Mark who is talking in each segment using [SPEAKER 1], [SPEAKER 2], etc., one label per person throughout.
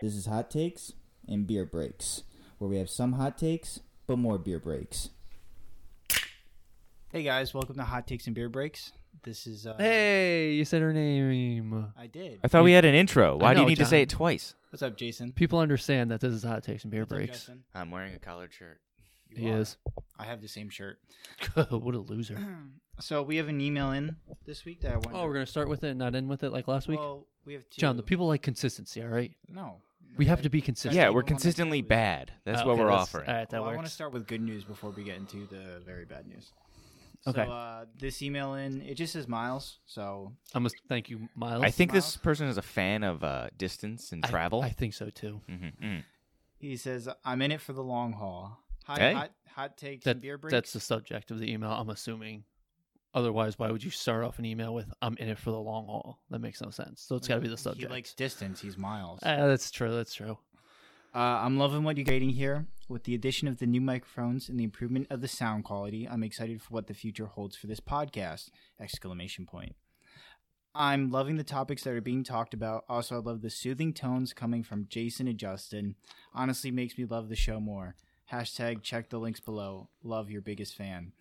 [SPEAKER 1] This is hot takes and beer breaks, where we have some hot takes but more beer breaks. Hey guys, welcome to Hot Takes and Beer Breaks. This is uh,
[SPEAKER 2] Hey, you said her name.
[SPEAKER 1] I did.
[SPEAKER 3] I thought we had an intro. Why do you
[SPEAKER 2] know,
[SPEAKER 3] need to say
[SPEAKER 2] John.
[SPEAKER 3] it twice?
[SPEAKER 1] What's up, Jason?
[SPEAKER 2] People understand that this is hot takes and beer
[SPEAKER 1] What's up,
[SPEAKER 2] breaks.
[SPEAKER 1] Justin?
[SPEAKER 3] I'm wearing a collared shirt.
[SPEAKER 1] You
[SPEAKER 2] He
[SPEAKER 1] are.
[SPEAKER 2] is.
[SPEAKER 1] I have the same shirt.
[SPEAKER 2] what a loser.
[SPEAKER 1] So we have an email in this week that I want.
[SPEAKER 2] Oh, we're gonna start with it and not end with it like last week.
[SPEAKER 1] Well, we have two.
[SPEAKER 2] John, the people like consistency. All right,
[SPEAKER 1] No,
[SPEAKER 2] we have to be consistent.
[SPEAKER 3] Yeah,
[SPEAKER 1] what
[SPEAKER 3] we're
[SPEAKER 1] we wanna
[SPEAKER 3] consistently
[SPEAKER 1] do is-
[SPEAKER 3] bad. That's
[SPEAKER 2] Uh,
[SPEAKER 3] what
[SPEAKER 2] okay,
[SPEAKER 3] we're
[SPEAKER 2] let's-
[SPEAKER 3] offering.
[SPEAKER 2] All right, that
[SPEAKER 1] Well, I want to
[SPEAKER 2] works.
[SPEAKER 1] start with good news before we get into the very bad news.
[SPEAKER 2] Okay.
[SPEAKER 1] So, uh, this email in it just says Miles. So
[SPEAKER 2] I must thank you, Miles.
[SPEAKER 3] I think this
[SPEAKER 1] Miles?
[SPEAKER 3] person is a fan of uh, distance and
[SPEAKER 2] I-
[SPEAKER 3] travel.
[SPEAKER 2] I, think so too.
[SPEAKER 3] Mhm, mhm.
[SPEAKER 1] He says, "I'm in it for the long haul." Hot,
[SPEAKER 3] Hey.
[SPEAKER 1] hot, hot takes
[SPEAKER 2] That,
[SPEAKER 1] and beer breaks.
[SPEAKER 2] that's the subject of the email. I'm assuming. Otherwise, why would you start off an email with "I'm in it for the long haul"? That makes no sense. So it's got to be the subject.
[SPEAKER 1] He likes distance. He's miles. Uh,
[SPEAKER 2] Ah, that's true. That's true.
[SPEAKER 1] I'm loving what you're creating here. With the addition of the new microphones and the improvement of the sound quality, I'm excited for what the future holds for this podcast! Exclamation point. I'm loving the topics that are being talked about. Also, I love the soothing tones coming from Jason and Justin. Honestly, makes me love the show more. Hashtag check the links below. Love your biggest fan.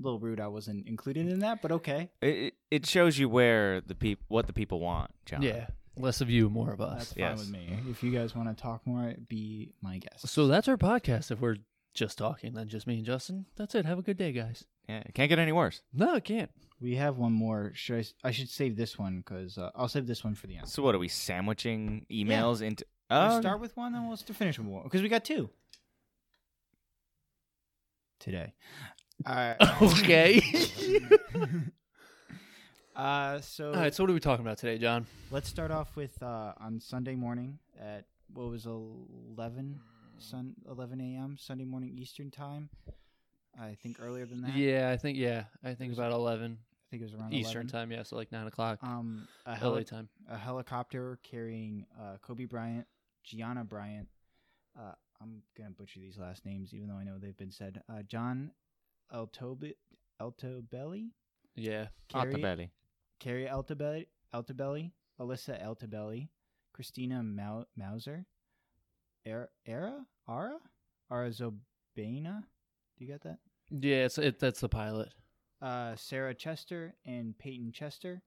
[SPEAKER 1] A little rude, I wasn't included in that, but okay.
[SPEAKER 3] It, it- it shows you where the peop- what the people want, John.
[SPEAKER 2] Yeah, less of you, more of
[SPEAKER 1] That's
[SPEAKER 2] us.
[SPEAKER 1] fine with
[SPEAKER 3] Yes.
[SPEAKER 1] me. If you guys want to talk more, be my guest.
[SPEAKER 2] So that's our podcast. If we're just talking, then just me and Justin. That's it. Have a good day, guys.
[SPEAKER 3] yeah, it can't get any worse.
[SPEAKER 2] No, it can't.
[SPEAKER 1] we have one more. Should I? s- I should save this one because uh, I'll save this one for the end.
[SPEAKER 3] So what are we sandwiching emails into?
[SPEAKER 1] We'll
[SPEAKER 3] Oh,
[SPEAKER 1] start with one, then we'll s- finish with one because we got two today. Uh,
[SPEAKER 2] Okay.
[SPEAKER 1] uh, so
[SPEAKER 2] All right. So what are we talking about today, John?
[SPEAKER 1] let's start off with uh, on Sunday morning at what was eleven, sun eleven a.m. Sunday morning Eastern time. I think earlier than that.
[SPEAKER 2] Yeah, I think yeah, I think
[SPEAKER 1] There's-
[SPEAKER 2] about eleven
[SPEAKER 1] I think it was around
[SPEAKER 2] Eastern
[SPEAKER 1] 11.
[SPEAKER 2] time. Yeah, so like nine o'clock
[SPEAKER 1] Um, a
[SPEAKER 2] LA
[SPEAKER 1] heli-
[SPEAKER 2] time.
[SPEAKER 1] a helicopter carrying uh, Kobe Bryant, Gianna Bryant. Uh, I'm gonna butcher these last names, even though I know they've been said. Uh, John Altobelli, Altobelli,
[SPEAKER 2] Yeah,
[SPEAKER 3] out the
[SPEAKER 1] Carrie-
[SPEAKER 3] belly.
[SPEAKER 1] Carrie Altobelli, Altobelli, Alyssa Altobelli, Christina Mau- Mauser, Era, Era, Ara, Ara Zobana. Do you got that?
[SPEAKER 2] yeah. It's it. That's the pilot.
[SPEAKER 1] uh, Sarah Chester and Peyton Chester,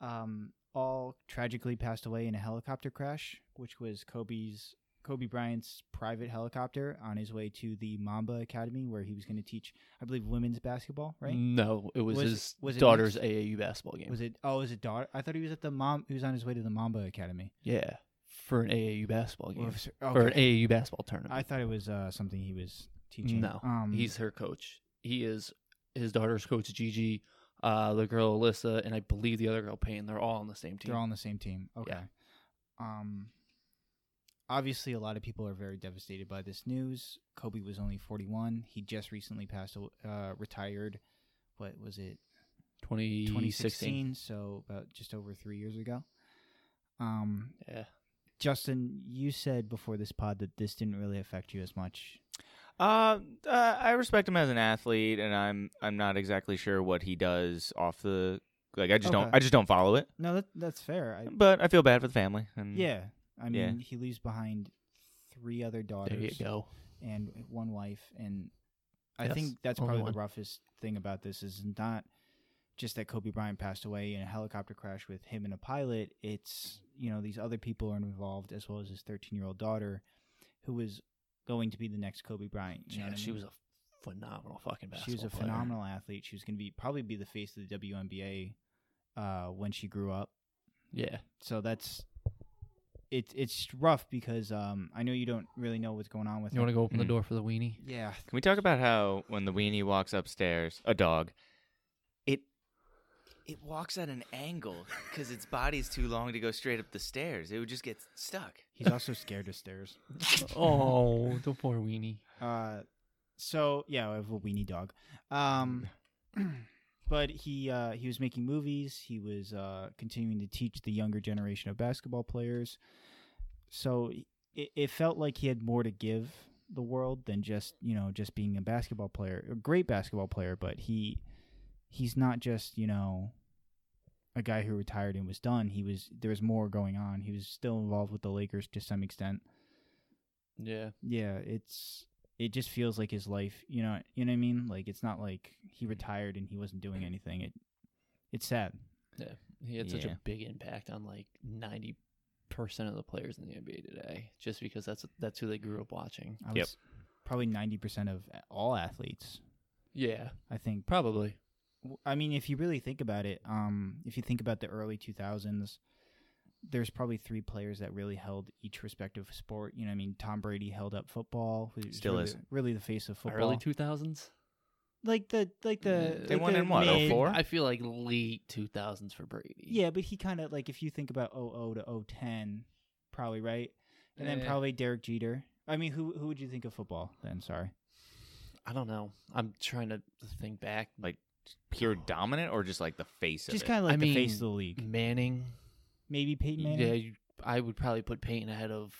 [SPEAKER 1] um, all tragically passed away in a helicopter crash, which was Kobe's Kobe Bryant's private helicopter on his way to the Mamba Academy, where he was going to teach, I believe, women's basketball.
[SPEAKER 2] Mm,
[SPEAKER 1] Right?
[SPEAKER 2] No, it was,
[SPEAKER 1] Was-
[SPEAKER 2] his
[SPEAKER 1] was it
[SPEAKER 2] daughter's
[SPEAKER 1] next-
[SPEAKER 2] AAU basketball game.
[SPEAKER 1] Was it? Oh, is it daughter? I thought he was at the mom. He was on his way to the Mamba Academy.
[SPEAKER 2] yeah, for an AAU basketball game
[SPEAKER 1] Or if-
[SPEAKER 2] for an
[SPEAKER 1] okay.
[SPEAKER 2] AAU basketball tournament.
[SPEAKER 1] I thought it was uh, something he was teaching.
[SPEAKER 2] No,
[SPEAKER 1] um,
[SPEAKER 2] he's her coach. He is his daughter's coach, Gigi, uh, the girl Alyssa, and I believe the other girl Payne. They're all on the same team.
[SPEAKER 1] They're all on the same team. Okay.
[SPEAKER 2] Yeah.
[SPEAKER 1] Um obviously a lot of people are very devastated by this news. Kobe was only 41. He just recently passed aw- uh retired what was it?
[SPEAKER 2] 2016.
[SPEAKER 1] 2016, so about just over 3 years ago. Um
[SPEAKER 2] Yeah.
[SPEAKER 1] Justin, you said before this pod that this didn't really affect you as much.
[SPEAKER 3] Uh, uh, I respect him as an athlete, and I'm I'm not exactly sure what he does off the like. I just don't
[SPEAKER 1] Okay.
[SPEAKER 3] I just don't follow it.
[SPEAKER 1] No, that that's fair.
[SPEAKER 2] Mm.
[SPEAKER 1] I,
[SPEAKER 3] But I feel bad for the family. And
[SPEAKER 1] yeah. I mean,
[SPEAKER 3] Yeah.
[SPEAKER 1] he leaves behind three other daughters.
[SPEAKER 2] There you go.
[SPEAKER 1] and one wife and i
[SPEAKER 2] Yes,
[SPEAKER 1] think that's
[SPEAKER 2] only
[SPEAKER 1] probably
[SPEAKER 2] one.
[SPEAKER 1] the roughest thing about this is not just that kobe bryant passed away in a helicopter crash with him and a pilot it's you know these other people are involved as well as his 13 year old daughter who was going to be the next kobe bryant you know
[SPEAKER 2] Yeah,
[SPEAKER 1] what I
[SPEAKER 2] she
[SPEAKER 1] mean?
[SPEAKER 2] was a phenomenal fucking basketball.
[SPEAKER 1] she was a
[SPEAKER 2] player.
[SPEAKER 1] phenomenal athlete she was going to be probably be the face of the WNBA uh, when she grew up
[SPEAKER 2] Yeah,
[SPEAKER 1] so that's it's it's rough because um, I know you don't really know what's going on with
[SPEAKER 2] you want
[SPEAKER 1] her.
[SPEAKER 2] to go open the
[SPEAKER 3] Mhm.
[SPEAKER 2] door for the weenie?
[SPEAKER 1] yeah
[SPEAKER 3] Can we talk about how when the weenie walks upstairs, a dog, it it walks at an angle because its body's too long to go straight up the stairs. It would just get stuck.
[SPEAKER 1] he's also scared of stairs
[SPEAKER 2] oh, the poor weenie.
[SPEAKER 1] Uh, so yeah, I have a weenie dog. Um, but he uh, he was making movies. He was uh, continuing to teach the younger generation of basketball players. So it, it felt like he had more to give the world than just you know just being a basketball player, a great basketball player. But he he's not just you know a guy who retired and was done. He was there was more going on. He was still involved with the Lakers to some extent.
[SPEAKER 2] Yeah.
[SPEAKER 1] Yeah, it's it just feels like his life. You know, you know what I mean. Like it's not like
[SPEAKER 3] Mm-hmm.
[SPEAKER 1] he retired and he wasn't doing anything. It it's sad.
[SPEAKER 2] He had such
[SPEAKER 3] Yeah.
[SPEAKER 2] a big impact on like 90% of the players in the NBA today just because that's that's who they grew up watching.
[SPEAKER 1] I was
[SPEAKER 3] Yep.
[SPEAKER 1] probably ninety percent of all athletes.
[SPEAKER 2] Yeah,
[SPEAKER 1] I think
[SPEAKER 2] probably.
[SPEAKER 1] w- I mean, if you really think about it, um, if you think about the early 2000s, there's probably three players that really held each respective sport. You know, what I mean, Tom Brady held up football, who
[SPEAKER 3] Still
[SPEAKER 1] really,
[SPEAKER 3] is.
[SPEAKER 1] really the face of football.
[SPEAKER 2] Early 2000s?
[SPEAKER 1] like the like the
[SPEAKER 2] Yeah.
[SPEAKER 3] Mm-hmm. They
[SPEAKER 1] like
[SPEAKER 3] won
[SPEAKER 1] the
[SPEAKER 3] in what,
[SPEAKER 1] mid-
[SPEAKER 3] 04?
[SPEAKER 2] I feel like late 2000s for Brady.
[SPEAKER 1] Yeah, but he kind of like if you think about 00 to 010, probably right, and then
[SPEAKER 2] Eh.
[SPEAKER 1] probably Derek Jeter. I mean, who who would you think of football then? Sorry,
[SPEAKER 2] I don't know. I'm trying to think back.
[SPEAKER 3] Like, Pure dominant or just like the face
[SPEAKER 1] just
[SPEAKER 3] of it?
[SPEAKER 1] kind of like
[SPEAKER 2] I
[SPEAKER 1] the face
[SPEAKER 2] mean,
[SPEAKER 1] of the league.
[SPEAKER 2] Manning.
[SPEAKER 1] Maybe Peyton Manning.
[SPEAKER 2] Yeah, you, I would probably put Peyton ahead of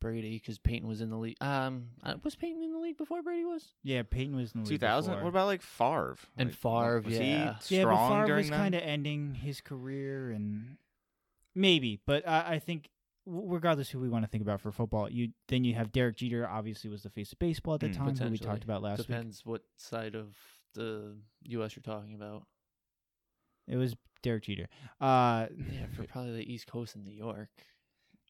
[SPEAKER 2] Brady because Peyton was in the league. Um, uh, was Peyton in the league before Brady was?
[SPEAKER 1] Yeah, Peyton was in the league
[SPEAKER 3] 2000?
[SPEAKER 1] before.
[SPEAKER 3] What about like Favre?
[SPEAKER 2] And
[SPEAKER 3] Like,
[SPEAKER 2] Favre,
[SPEAKER 3] was
[SPEAKER 2] yeah.
[SPEAKER 3] he strong
[SPEAKER 1] yeah, but Favre
[SPEAKER 3] during
[SPEAKER 1] was
[SPEAKER 3] that?
[SPEAKER 1] kind of ending his career, and maybe, but I, I think w- regardless who we want to think about for football, you then you have Derek Jeter, obviously was the face of baseball at the
[SPEAKER 3] Mm,
[SPEAKER 1] time, who we
[SPEAKER 2] potentially.
[SPEAKER 1] talked about last week.
[SPEAKER 2] Depends what side of the U.S. you're talking about.
[SPEAKER 1] It was Derek Jeter. Uh,
[SPEAKER 2] Yeah, for probably the East Coast in New York.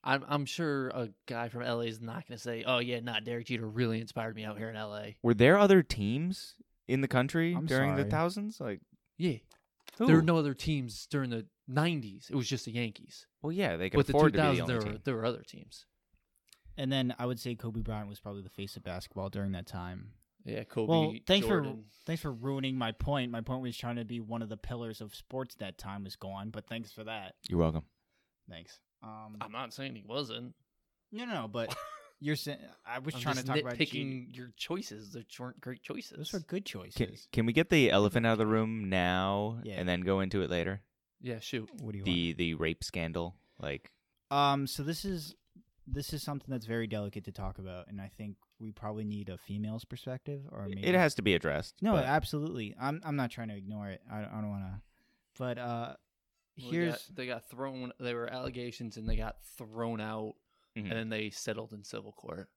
[SPEAKER 2] I'm I'm sure a guy from LA is not going to say, "Oh yeah, not Derek Jeter really inspired me out here in LA."
[SPEAKER 3] Were there other teams in the country
[SPEAKER 1] I'm
[SPEAKER 3] during
[SPEAKER 1] sorry.
[SPEAKER 3] the thousands? Like,
[SPEAKER 2] Yeah,
[SPEAKER 1] who?
[SPEAKER 2] there were no other teams during the '90s. It was just the Yankees.
[SPEAKER 3] well, yeah, they could
[SPEAKER 2] With the
[SPEAKER 3] afford to be
[SPEAKER 2] 2000s,
[SPEAKER 3] the only
[SPEAKER 2] there were
[SPEAKER 3] team.
[SPEAKER 2] there were other teams.
[SPEAKER 1] and then I would say Kobe Bryant was probably the face of basketball during that time.
[SPEAKER 2] Yeah, Kobe.
[SPEAKER 1] well, thanks
[SPEAKER 2] Jordan.
[SPEAKER 1] for thanks for ruining my point. My point was trying to be one of the pillars of sports that time was gone, but thanks for that.
[SPEAKER 3] You're welcome.
[SPEAKER 1] Thanks. Um,
[SPEAKER 2] I'm not saying he wasn't.
[SPEAKER 1] no, no, but you're saying I was
[SPEAKER 2] I'm
[SPEAKER 1] trying to
[SPEAKER 2] just
[SPEAKER 1] talk about Jeter.
[SPEAKER 2] nitpicking your choices. They weren't great choices.
[SPEAKER 1] Those were good
[SPEAKER 3] Can,
[SPEAKER 1] choices.
[SPEAKER 3] can we get the elephant out of the room now
[SPEAKER 1] Yeah.
[SPEAKER 3] and then go into it later?
[SPEAKER 2] yeah, shoot.
[SPEAKER 1] What do you
[SPEAKER 3] The the rape scandal, like
[SPEAKER 1] want? Um, so this is this is something that's very delicate to talk about, and I think we probably need a female's perspective, or maybe
[SPEAKER 3] it has to be addressed.
[SPEAKER 1] No,
[SPEAKER 3] but-
[SPEAKER 1] absolutely. I'm I'm not trying to ignore it. I, I don't want to. But uh,
[SPEAKER 2] Well,
[SPEAKER 1] here's
[SPEAKER 2] they, got, they got thrown. They were allegations, and they got thrown out,
[SPEAKER 3] Mhm.
[SPEAKER 2] and then they settled in civil court.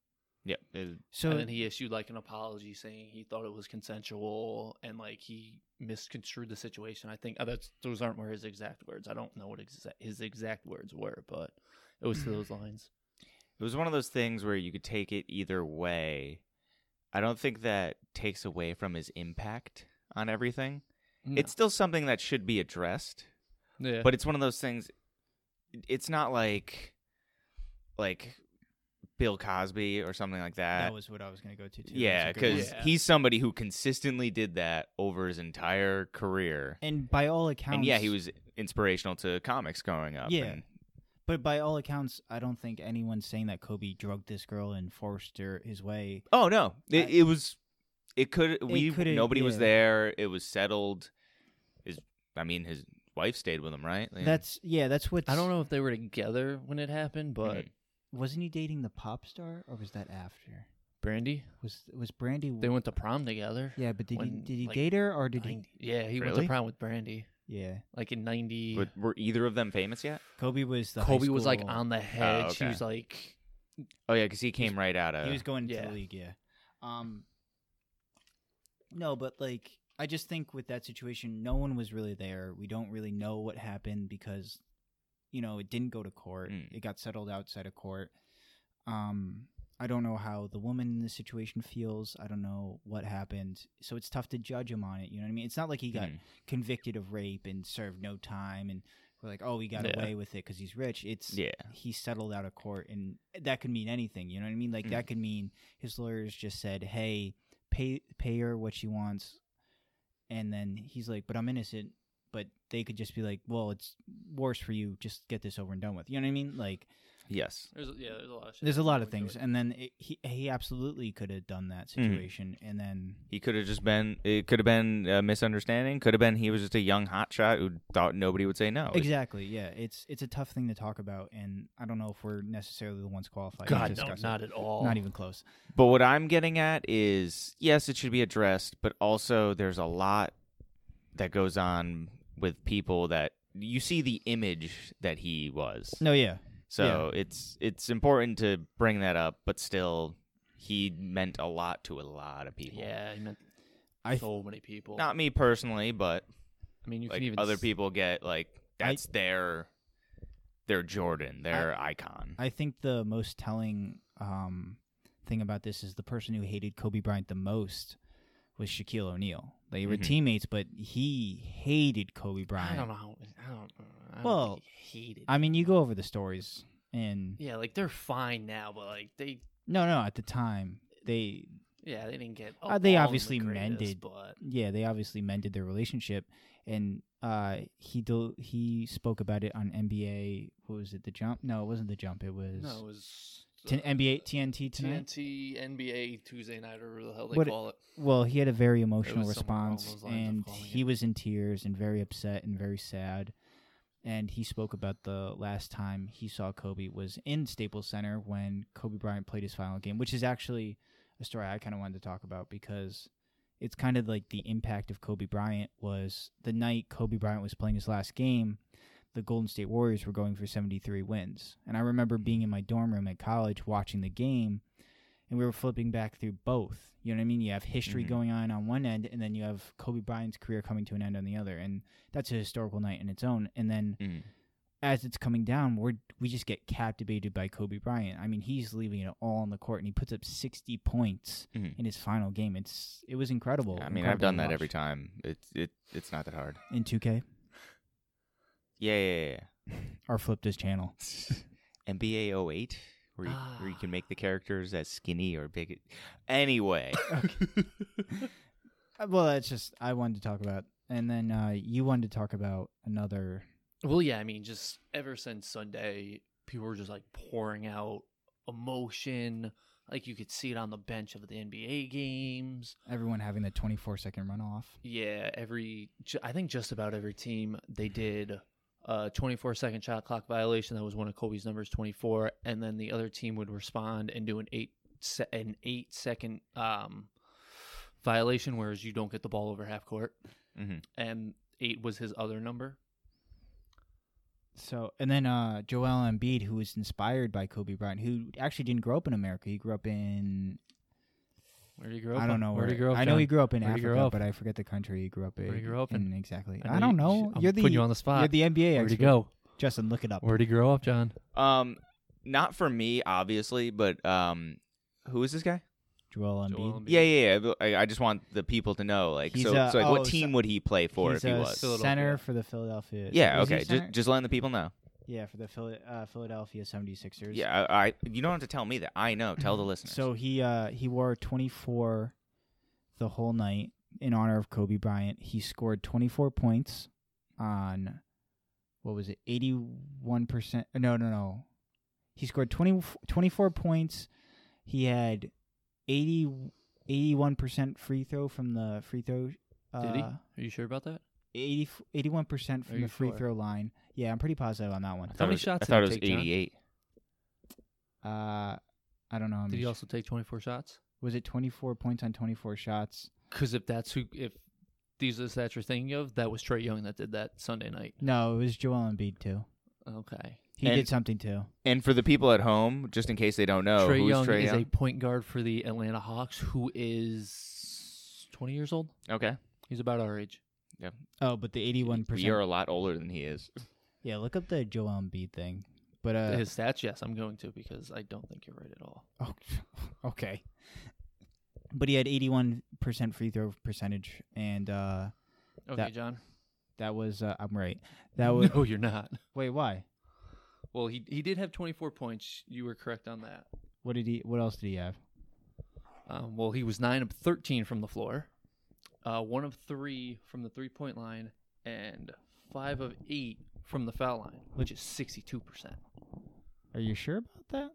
[SPEAKER 3] Yep. it-
[SPEAKER 1] so
[SPEAKER 2] and then he issued like an apology saying he thought it was consensual and like he misconstrued the situation. I think uh, that's those aren't were his exact words. I don't know what exa- his exact words were, but it was to
[SPEAKER 3] Mm-hmm.
[SPEAKER 2] those lines.
[SPEAKER 3] It was one of those things where you could take it either way. I don't think that takes away from his impact on everything. It's still something that should be addressed,
[SPEAKER 2] yeah.
[SPEAKER 3] but it's one of those things. It's not like like Bill Cosby or something like that.
[SPEAKER 1] that was what I was going to go to. Too. That's
[SPEAKER 3] yeah,
[SPEAKER 1] a good one.
[SPEAKER 3] because
[SPEAKER 2] Yeah.
[SPEAKER 3] he's somebody who consistently did that over his entire career.
[SPEAKER 1] and by all accounts,
[SPEAKER 3] And yeah, he was inspirational to comics growing up.
[SPEAKER 1] Yeah.
[SPEAKER 3] and-
[SPEAKER 1] But by all accounts, I don't think anyone's saying that Kobe drugged this girl and forced her his way.
[SPEAKER 3] oh no, it,
[SPEAKER 1] I-
[SPEAKER 3] it was. It could. We
[SPEAKER 1] could've-
[SPEAKER 3] nobody was
[SPEAKER 1] yeah.
[SPEAKER 3] there. It was settled. His, I mean, his wife stayed with him, right? Like,
[SPEAKER 1] That's yeah. That's what
[SPEAKER 2] I don't know if they were together when it happened, but
[SPEAKER 3] Mhm.
[SPEAKER 1] Wasn't he dating the pop star, or was that after?
[SPEAKER 2] Brandy,
[SPEAKER 1] Was was Brandy?
[SPEAKER 2] they went to prom together.
[SPEAKER 1] yeah, but did he
[SPEAKER 2] when,
[SPEAKER 1] did he
[SPEAKER 2] like,
[SPEAKER 1] date her or did he?
[SPEAKER 2] Nin- yeah, he went
[SPEAKER 3] Really?
[SPEAKER 2] to prom with Brandy,
[SPEAKER 1] Yeah,
[SPEAKER 2] like in ninety.
[SPEAKER 3] Were, were either of them famous yet?
[SPEAKER 1] Kobe was the high
[SPEAKER 2] Kobe was like
[SPEAKER 1] school-
[SPEAKER 2] on the hedge. She
[SPEAKER 3] Oh, okay.
[SPEAKER 2] was like,
[SPEAKER 3] Oh yeah, because he came right out of.
[SPEAKER 1] He was going to
[SPEAKER 2] yeah.
[SPEAKER 1] the league. Yeah. Um. No, but like I just think with that situation, no one was really there. We don't really know what happened because, you know, it didn't go to court.
[SPEAKER 3] Mm.
[SPEAKER 1] It got settled outside of court. Um. I don't know how the woman in this situation feels. I don't know what happened. So it's tough to judge him on it. You know what I mean? It's not like he got
[SPEAKER 2] Mm.
[SPEAKER 3] Mhm.
[SPEAKER 1] convicted of rape and served no time and we're like oh he got
[SPEAKER 2] Yeah.
[SPEAKER 1] away with it because he's rich it's
[SPEAKER 3] Yeah.
[SPEAKER 1] he settled out of court and that could mean anything you know what i mean like that could mean his lawyers just said hey pay pay her what she wants and then he's like but i'm innocent but they could just be like well it's worse for you just get this over and done with you know what i mean like
[SPEAKER 3] Yes.
[SPEAKER 2] "There's yeah, there's a lot of shit."
[SPEAKER 1] there's a lot of
[SPEAKER 2] going through
[SPEAKER 1] things
[SPEAKER 2] it.
[SPEAKER 1] and then it, he he absolutely could have done that situation and then
[SPEAKER 3] He could have just been. It could have been a misunderstanding. Could have been he was just a young hotshot who thought nobody would say
[SPEAKER 1] Oh,
[SPEAKER 3] no. It-
[SPEAKER 1] Exactly. Yeah, it's it's a tough thing to talk about, and I don't know if we're necessarily the ones qualified. to
[SPEAKER 2] God, no,
[SPEAKER 1] discuss
[SPEAKER 2] not
[SPEAKER 1] it.
[SPEAKER 2] at all.
[SPEAKER 1] Not even close.
[SPEAKER 3] But what I'm getting at is yes, it should be addressed, but also there's a lot that goes on with people that you see the image that he was.
[SPEAKER 1] No, yeah.
[SPEAKER 3] So it's it's important to bring that up, but still, he meant a lot to a lot of people.
[SPEAKER 2] Yeah, he meant
[SPEAKER 1] I
[SPEAKER 2] so many people.
[SPEAKER 3] Not me personally, but
[SPEAKER 2] I mean, you
[SPEAKER 3] like
[SPEAKER 2] can even
[SPEAKER 3] other
[SPEAKER 2] s-
[SPEAKER 3] people get like
[SPEAKER 1] I-
[SPEAKER 3] that's their their Jordan, their icon.
[SPEAKER 1] I think the most telling um, thing about this is the person who hated Kobe Bryant the most was Shaquille O'Neal. They were
[SPEAKER 3] Mhm.
[SPEAKER 1] teammates, but he hated Kobe Bryant.
[SPEAKER 2] Mm-hmm. I don't know. how- I don't. I don't
[SPEAKER 1] Well,
[SPEAKER 2] well, hated.
[SPEAKER 1] I mean, you go over the stories, and
[SPEAKER 2] yeah, like they're fine now, but like they,
[SPEAKER 1] no, no, at the time they,
[SPEAKER 2] yeah, they didn't get.
[SPEAKER 1] Uh, they
[SPEAKER 2] along the
[SPEAKER 1] obviously
[SPEAKER 2] greatest,
[SPEAKER 1] mended.
[SPEAKER 2] but
[SPEAKER 1] yeah, they obviously mended their relationship, and uh, he del- he spoke about it on NBA. What was it? The jump? No, it wasn't the jump. It was
[SPEAKER 2] no, it was
[SPEAKER 1] t-
[SPEAKER 2] uh,
[SPEAKER 1] NBA TNT tonight.
[SPEAKER 2] TNT NBA Tuesday night or whatever the hell they
[SPEAKER 1] What-
[SPEAKER 2] call it.
[SPEAKER 1] Well, he had a very emotional
[SPEAKER 2] was somewhere along
[SPEAKER 1] response,
[SPEAKER 2] those lines of
[SPEAKER 1] and
[SPEAKER 2] calling
[SPEAKER 1] he
[SPEAKER 2] it.
[SPEAKER 1] was in tears and very upset and very sad. And he spoke about the last time he saw Kobe was in Staples Center when Kobe Bryant played his final game, which is actually a story I kind of wanted to talk about because it's kind of like the impact of Kobe Bryant was the night Kobe Bryant was playing his last game. The Golden State Warriors were going for 73 wins. And I remember being in my dorm room at college watching the game and we were flipping back through both. You know what I mean? You have history
[SPEAKER 3] Mhm.
[SPEAKER 1] going on on one end, and then you have Kobe Bryant's career coming to an end on the other, and that's a historical night in its own. And then
[SPEAKER 3] Mhm.
[SPEAKER 1] as it's coming down, we are we just get captivated by Kobe Bryant. I mean, he's leaving it all on the court, and he puts up sixty points
[SPEAKER 3] Mhm.
[SPEAKER 1] in his final game. It's it was incredible.
[SPEAKER 3] I mean,
[SPEAKER 1] incredible
[SPEAKER 3] I've done
[SPEAKER 1] to
[SPEAKER 3] that
[SPEAKER 1] watch.
[SPEAKER 3] every time. It's it it's not that hard.
[SPEAKER 1] in two K.
[SPEAKER 3] Yeah, yeah, yeah.
[SPEAKER 1] Or flipped his channel.
[SPEAKER 3] yeah. NBA 08, where you, where you can make the characters as skinny or big. Anyway,
[SPEAKER 1] Uh, Well, that's just I wanted to talk about, and then uh, you wanted to talk about another.
[SPEAKER 2] Well, yeah, I mean, just ever since Sunday, people were just like pouring out emotion. Like you could see it on the bench of the NBA games.
[SPEAKER 1] Everyone having the twenty four second runoff.
[SPEAKER 2] Yeah, every ju- I think just about every team they did a 24 second shot clock violation. That was one of Kobe's numbers, 24, and then the other team would respond and do an eight se- an eight second um, violation, whereas you don't get the ball over half court.
[SPEAKER 3] Mhm.
[SPEAKER 2] And eight was his other number.
[SPEAKER 1] So and then uh Joel Embiid, who was inspired by Kobe Bryant, who actually didn't grow up in America. He grew up in
[SPEAKER 2] Where do you grow up?
[SPEAKER 1] I don't know
[SPEAKER 2] Where
[SPEAKER 1] where.
[SPEAKER 2] do you grow up?
[SPEAKER 1] I know
[SPEAKER 2] John?
[SPEAKER 1] he grew up in
[SPEAKER 2] Where'd he
[SPEAKER 1] Africa,
[SPEAKER 2] grow up?
[SPEAKER 1] but I forget the country he grew up in.
[SPEAKER 2] Where'd he grow up in?
[SPEAKER 1] in exactly.
[SPEAKER 2] I know
[SPEAKER 1] I, don't
[SPEAKER 2] you-
[SPEAKER 1] know.
[SPEAKER 2] I'm
[SPEAKER 1] you're the
[SPEAKER 2] putting you on the spot.
[SPEAKER 1] You're the NBA
[SPEAKER 2] Where'd he
[SPEAKER 1] expert.
[SPEAKER 2] go?
[SPEAKER 1] Justin, look it up.
[SPEAKER 2] Where'd he grow up, John?
[SPEAKER 3] um, not for me, obviously, but um, who is this guy?
[SPEAKER 1] Joel Embiid.
[SPEAKER 3] Yeah, yeah, yeah. but I, I just want the people to know, like,
[SPEAKER 1] He's
[SPEAKER 3] so,
[SPEAKER 1] a-
[SPEAKER 3] so like,
[SPEAKER 1] oh,
[SPEAKER 3] what
[SPEAKER 1] so-
[SPEAKER 3] team would he play for
[SPEAKER 1] He's
[SPEAKER 3] if he
[SPEAKER 1] a
[SPEAKER 3] was?
[SPEAKER 2] Philadelphia.
[SPEAKER 1] center for the Philadelphia.
[SPEAKER 3] Yeah,
[SPEAKER 1] Was he
[SPEAKER 3] okay.
[SPEAKER 1] center?
[SPEAKER 3] Just just letting the people know.
[SPEAKER 1] yeah, for the Phil- uh, Philadelphia 76ers.
[SPEAKER 3] Yeah, I, I you don't have to tell me that. I know. Tell the listeners.
[SPEAKER 1] So he uh he wore 24 the whole night in honor of Kobe Bryant. He scored 24 points on what was it? 81% No, no, no. He scored 20, 24 points. He had 80 81% free throw from the free throw uh
[SPEAKER 2] Did he? Are you sure about that?
[SPEAKER 1] 80, 81%
[SPEAKER 2] Are
[SPEAKER 1] from
[SPEAKER 2] you
[SPEAKER 1] the free
[SPEAKER 2] sure?
[SPEAKER 1] throw line. Yeah, I'm pretty positive on that one.
[SPEAKER 3] I thought
[SPEAKER 2] How
[SPEAKER 3] it
[SPEAKER 2] many
[SPEAKER 3] was-
[SPEAKER 2] shots
[SPEAKER 3] I
[SPEAKER 2] did
[SPEAKER 3] thought
[SPEAKER 2] he
[SPEAKER 3] it was
[SPEAKER 2] take, John?
[SPEAKER 3] eighty-eight.
[SPEAKER 1] Uh I don't know. how
[SPEAKER 2] Did he
[SPEAKER 1] many-
[SPEAKER 2] also take 24 shots?
[SPEAKER 1] was it 24 points on 24 shots?
[SPEAKER 2] Because if that's who, if these are that you're thinking of, that was Trey Young that did that Sunday night.
[SPEAKER 1] No, it was Joel Embiid too.
[SPEAKER 2] Okay.
[SPEAKER 1] He
[SPEAKER 3] And-
[SPEAKER 1] did something too.
[SPEAKER 3] And for the people at home, just in case they don't
[SPEAKER 1] Oh,
[SPEAKER 3] know,
[SPEAKER 2] Trey
[SPEAKER 3] who's
[SPEAKER 2] Young
[SPEAKER 3] Trey
[SPEAKER 2] is
[SPEAKER 3] Young?
[SPEAKER 2] a point guard for the Atlanta Hawks who is 20 years old.
[SPEAKER 3] Okay,
[SPEAKER 2] He's about our age.
[SPEAKER 1] Oh, but the eighty-one
[SPEAKER 3] you're a
[SPEAKER 1] percent.
[SPEAKER 3] lot older than he is.
[SPEAKER 1] Yeah, look up the Joel Embiid thing. But uh,
[SPEAKER 2] His stats, yes, I'm going to because I don't think you're right at all.
[SPEAKER 1] oh, okay. But he had eighty-one percent free throw percentage, and uh,
[SPEAKER 2] Okay,
[SPEAKER 1] That-
[SPEAKER 2] John.
[SPEAKER 1] that was uh, I'm right. That was
[SPEAKER 2] no, you're not.
[SPEAKER 1] wait why?
[SPEAKER 2] Well, he he did have 24 points. You were correct on that.
[SPEAKER 1] What did he? What else did he have?
[SPEAKER 2] Um, well, he was nine of thirteen from the floor, uh, one of three from the three point line, and five of eight from the foul line, which is sixty two percent.
[SPEAKER 1] Are you sure about that?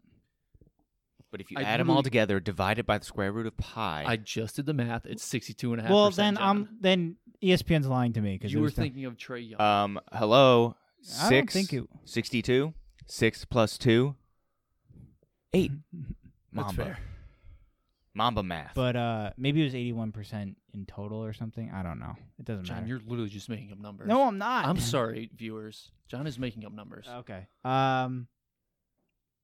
[SPEAKER 3] But if you
[SPEAKER 2] I
[SPEAKER 3] add them all
[SPEAKER 2] really-
[SPEAKER 3] together, divide it by the square root of pi.
[SPEAKER 2] I just did the math. It's sixty two and a half.
[SPEAKER 1] Well, then um, then ESPN's lying to me because
[SPEAKER 2] you were thinking of Trey Young.
[SPEAKER 3] um, hello,
[SPEAKER 1] I don't
[SPEAKER 3] six,
[SPEAKER 1] think it-
[SPEAKER 3] sixty-two, six plus two, eight.
[SPEAKER 2] That's
[SPEAKER 3] Mamba.
[SPEAKER 2] fair.
[SPEAKER 3] Mamba math.
[SPEAKER 1] But uh, maybe it was eighty-one percent in total or something. I don't know. It doesn't
[SPEAKER 2] John,
[SPEAKER 1] matter.
[SPEAKER 2] you're literally just making up numbers.
[SPEAKER 1] no, I'm not. Uh,
[SPEAKER 2] I'm sorry, viewers. John is making up numbers.
[SPEAKER 1] Okay. Um,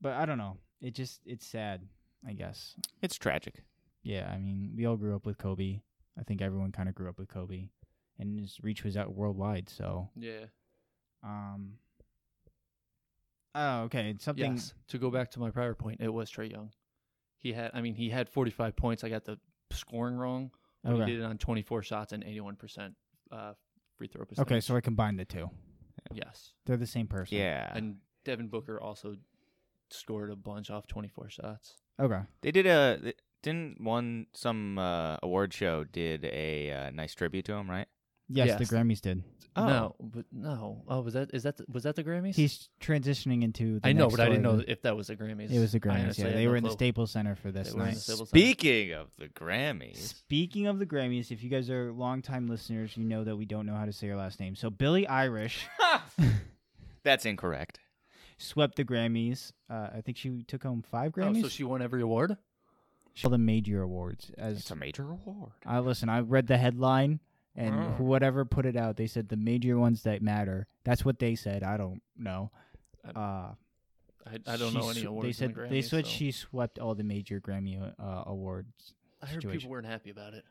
[SPEAKER 1] but I don't know. It just it's sad. I guess.
[SPEAKER 3] it's tragic.
[SPEAKER 1] Yeah. I mean, we all grew up with Kobe. I think everyone kind of grew up with Kobe, and his reach was out worldwide. So,
[SPEAKER 2] Yeah.
[SPEAKER 1] um. Oh, okay. It's Something.
[SPEAKER 2] Yes. To go back to my prior point, it was Trey Young. He had, I mean, he had 45 points. I got the scoring wrong. But
[SPEAKER 1] Okay.
[SPEAKER 2] He did it on 24 shots and 81% uh, free throw percentage.
[SPEAKER 1] Okay, so I combined the two.
[SPEAKER 2] yes.
[SPEAKER 1] They're the same person.
[SPEAKER 3] Yeah.
[SPEAKER 2] And Devin Booker also scored a bunch off 24 shots.
[SPEAKER 1] Okay.
[SPEAKER 3] They did a th- didn't one some uh, award show did a uh, nice tribute to him, right?
[SPEAKER 1] Yes,
[SPEAKER 2] Yes.
[SPEAKER 1] the Grammys did.
[SPEAKER 3] Oh.
[SPEAKER 2] No, but no. Oh, was that is that the, was that the Grammys?
[SPEAKER 1] He's transitioning into. The
[SPEAKER 2] I know,
[SPEAKER 1] next
[SPEAKER 2] but I didn't know
[SPEAKER 1] story.
[SPEAKER 2] if that was the Grammys.
[SPEAKER 1] It was the
[SPEAKER 2] I
[SPEAKER 1] Grammys.
[SPEAKER 2] honestly
[SPEAKER 1] Yeah,
[SPEAKER 2] had
[SPEAKER 1] they
[SPEAKER 2] no
[SPEAKER 1] were in the
[SPEAKER 2] clue.
[SPEAKER 1] Staples Center for this
[SPEAKER 2] They were in the
[SPEAKER 1] night.
[SPEAKER 2] Staples Center.
[SPEAKER 3] Speaking of the Grammys,
[SPEAKER 1] Speaking of the Grammys, if you guys are longtime listeners, you know that we don't know how to say your last name. So Billie Irish
[SPEAKER 3] that's incorrect.
[SPEAKER 1] swept the Grammys. Uh, I think she took home five Grammys.
[SPEAKER 2] Oh, so she won every award.
[SPEAKER 1] She won the major awards. As
[SPEAKER 3] It's a major award.
[SPEAKER 1] I listen, I read the headline and
[SPEAKER 3] Oh.
[SPEAKER 1] whatever put it out, they said the major ones that matter. That's what they said. I don't know. Uh,
[SPEAKER 2] I, I don't
[SPEAKER 1] she
[SPEAKER 2] know any
[SPEAKER 1] sw-
[SPEAKER 2] awards.
[SPEAKER 1] They said
[SPEAKER 2] in the Grammys,
[SPEAKER 1] they said
[SPEAKER 2] so-
[SPEAKER 1] she swept all the major Grammy uh, awards.
[SPEAKER 2] I heard
[SPEAKER 1] situation.
[SPEAKER 2] people weren't happy about it.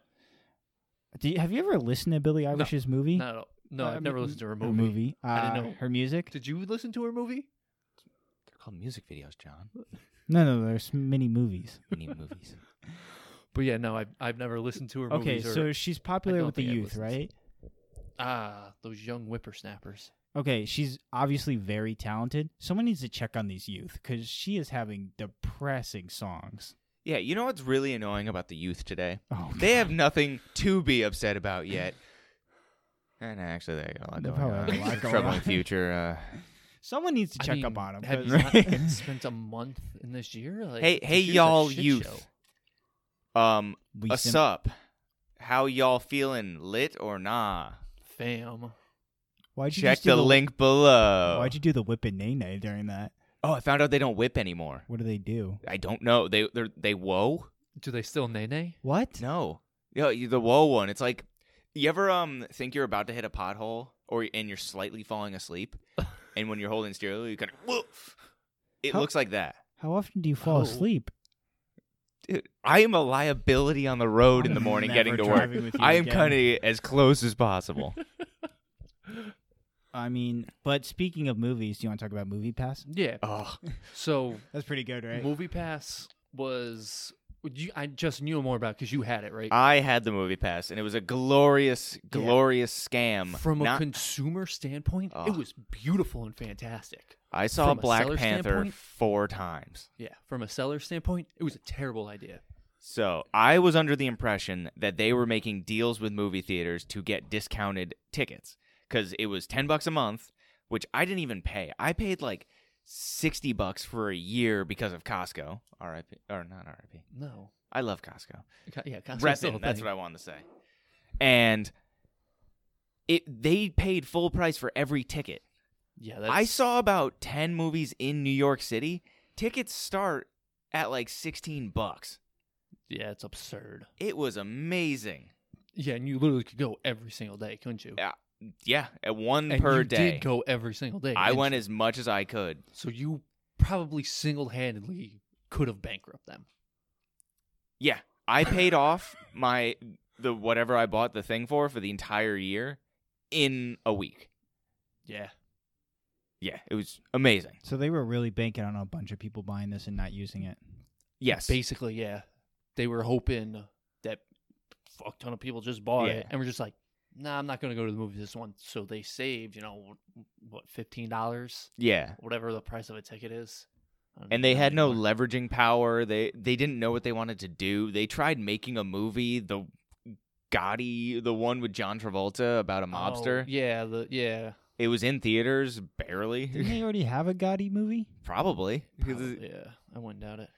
[SPEAKER 1] Do you, have you ever listened to Billie Eilish's movie?
[SPEAKER 2] Not at all. No,
[SPEAKER 1] Uh,
[SPEAKER 2] I've
[SPEAKER 1] m-
[SPEAKER 2] never listened to
[SPEAKER 1] Her
[SPEAKER 2] her movie.
[SPEAKER 1] movie.
[SPEAKER 2] I didn't
[SPEAKER 1] Uh,
[SPEAKER 2] know.
[SPEAKER 1] her music.
[SPEAKER 2] Did you listen to her movie?
[SPEAKER 3] They're called music videos, John.
[SPEAKER 1] No, no, there's many movies.
[SPEAKER 3] Mini movies.
[SPEAKER 2] But yeah, no, I've I've never listened to her
[SPEAKER 1] Okay,
[SPEAKER 2] movies. or-
[SPEAKER 1] so she's popular
[SPEAKER 2] don't
[SPEAKER 1] with the
[SPEAKER 2] think I've
[SPEAKER 1] youth,
[SPEAKER 2] listened to-
[SPEAKER 1] right?
[SPEAKER 2] ah, those young whippersnappers.
[SPEAKER 1] Okay, she's obviously very talented. Someone needs to check on these youth because she is having depressing songs.
[SPEAKER 3] Yeah, you know what's really annoying about the youth today?
[SPEAKER 1] Oh,
[SPEAKER 3] They have nothing to be upset about yet. And actually, they got a lot
[SPEAKER 1] They
[SPEAKER 3] going
[SPEAKER 1] probably
[SPEAKER 3] on.
[SPEAKER 1] have a lot going
[SPEAKER 3] Troubling
[SPEAKER 1] on.
[SPEAKER 3] future. Uh,
[SPEAKER 1] someone needs to
[SPEAKER 2] I
[SPEAKER 1] check
[SPEAKER 2] mean,
[SPEAKER 1] up on them.
[SPEAKER 2] Have
[SPEAKER 1] 'cause-
[SPEAKER 2] you not spent a month in this year? Like,
[SPEAKER 3] hey,
[SPEAKER 2] this
[SPEAKER 3] hey,
[SPEAKER 2] year's a
[SPEAKER 3] y'all,
[SPEAKER 2] shit
[SPEAKER 3] youth.
[SPEAKER 2] show.
[SPEAKER 3] Um,
[SPEAKER 1] We
[SPEAKER 3] a
[SPEAKER 1] sim-
[SPEAKER 3] sup? How y'all feeling? Lit or nah?
[SPEAKER 2] fam.
[SPEAKER 1] Why'd you
[SPEAKER 3] Check
[SPEAKER 1] just do
[SPEAKER 3] the, link below.
[SPEAKER 1] Why'd you do the whip and nay nay during that?
[SPEAKER 3] Oh, I found out they don't whip anymore.
[SPEAKER 1] What do they do?
[SPEAKER 3] I don't know. They they're, they whoa.
[SPEAKER 2] Do they still nay nay?
[SPEAKER 1] What?
[SPEAKER 3] No, yeah, you- the whoa one. It's like you ever um think you're about to hit a pothole or and you're slightly falling asleep, and when you're holding steering wheel, you kind of woof. It
[SPEAKER 1] How-
[SPEAKER 3] looks like that.
[SPEAKER 1] How often do you fall
[SPEAKER 2] Oh.
[SPEAKER 1] asleep?
[SPEAKER 3] Dude, I am a liability on the road in the
[SPEAKER 1] I'm
[SPEAKER 3] morning
[SPEAKER 1] never
[SPEAKER 3] getting to work.
[SPEAKER 1] driving with you
[SPEAKER 3] I am
[SPEAKER 1] again.
[SPEAKER 3] kind of as close as possible.
[SPEAKER 1] I mean, but speaking of movies, do you want to talk about Movie Pass?
[SPEAKER 2] Yeah.
[SPEAKER 3] oh,
[SPEAKER 2] So
[SPEAKER 1] That's pretty good, right?
[SPEAKER 2] Movie Pass was you, I just knew more about because you had it right
[SPEAKER 3] I had the movie pass, and it was a glorious, glorious scam.
[SPEAKER 2] from a
[SPEAKER 3] Not-
[SPEAKER 2] consumer standpoint. It
[SPEAKER 3] Ugh.
[SPEAKER 2] was beautiful and fantastic.
[SPEAKER 3] I saw
[SPEAKER 2] from a
[SPEAKER 3] Black
[SPEAKER 2] seller
[SPEAKER 3] Panther
[SPEAKER 2] standpoint-
[SPEAKER 3] four times.
[SPEAKER 2] Yeah, from a seller standpoint, it was a terrible idea.
[SPEAKER 3] So I was under the impression that they were making deals with movie theaters to get discounted tickets because it was ten bucks a month, which I didn't even pay. I paid like sixty bucks for a year because of Costco. R.I.P. or not R.I.P.
[SPEAKER 2] No.
[SPEAKER 3] I love Costco.
[SPEAKER 2] Co- Yeah, Costco's still
[SPEAKER 3] Reppin',
[SPEAKER 2] a
[SPEAKER 3] that's
[SPEAKER 2] thing.
[SPEAKER 3] what I wanted to say. And it they paid full price for every ticket.
[SPEAKER 2] Yeah, that's,
[SPEAKER 3] I saw about ten movies in New York City. Tickets start at like sixteen bucks.
[SPEAKER 2] Yeah, it's absurd.
[SPEAKER 3] It was amazing.
[SPEAKER 2] Yeah, and you literally could go every single day, couldn't you?
[SPEAKER 3] Yeah, yeah, at one
[SPEAKER 2] and
[SPEAKER 3] per
[SPEAKER 2] you
[SPEAKER 3] day.
[SPEAKER 2] Did go every single day.
[SPEAKER 3] I
[SPEAKER 2] and
[SPEAKER 3] went as much as I could.
[SPEAKER 2] So you probably single handedly could have bankrupt them.
[SPEAKER 3] Yeah, I paid off my the whatever I bought the thing for for the entire year in a week.
[SPEAKER 2] Yeah.
[SPEAKER 3] Yeah, it was amazing.
[SPEAKER 1] So they were really banking on a bunch of people buying this and not using it.
[SPEAKER 3] Yes,
[SPEAKER 2] Basically, yeah. They were hoping that fuck ton of people just bought it
[SPEAKER 3] Yeah.
[SPEAKER 2] and were just like, nah, I'm not going to go to the movies this one. So they saved, you know, what, $15?
[SPEAKER 3] yeah.
[SPEAKER 2] Whatever the price of a ticket is. I don't
[SPEAKER 3] And
[SPEAKER 2] even
[SPEAKER 3] they
[SPEAKER 2] know
[SPEAKER 3] had no
[SPEAKER 2] anymore.
[SPEAKER 3] leveraging power. They they didn't know what they wanted to do. They tried making a movie, the Gotti, the one with John Travolta about a
[SPEAKER 2] Oh,
[SPEAKER 3] mobster.
[SPEAKER 2] yeah, the, yeah.
[SPEAKER 3] It was in theaters
[SPEAKER 1] Didn't
[SPEAKER 3] barely,
[SPEAKER 1] they already have a Gotti movie?
[SPEAKER 3] probably. Because
[SPEAKER 2] Probably,
[SPEAKER 3] it-
[SPEAKER 2] yeah, I wouldn't doubt it.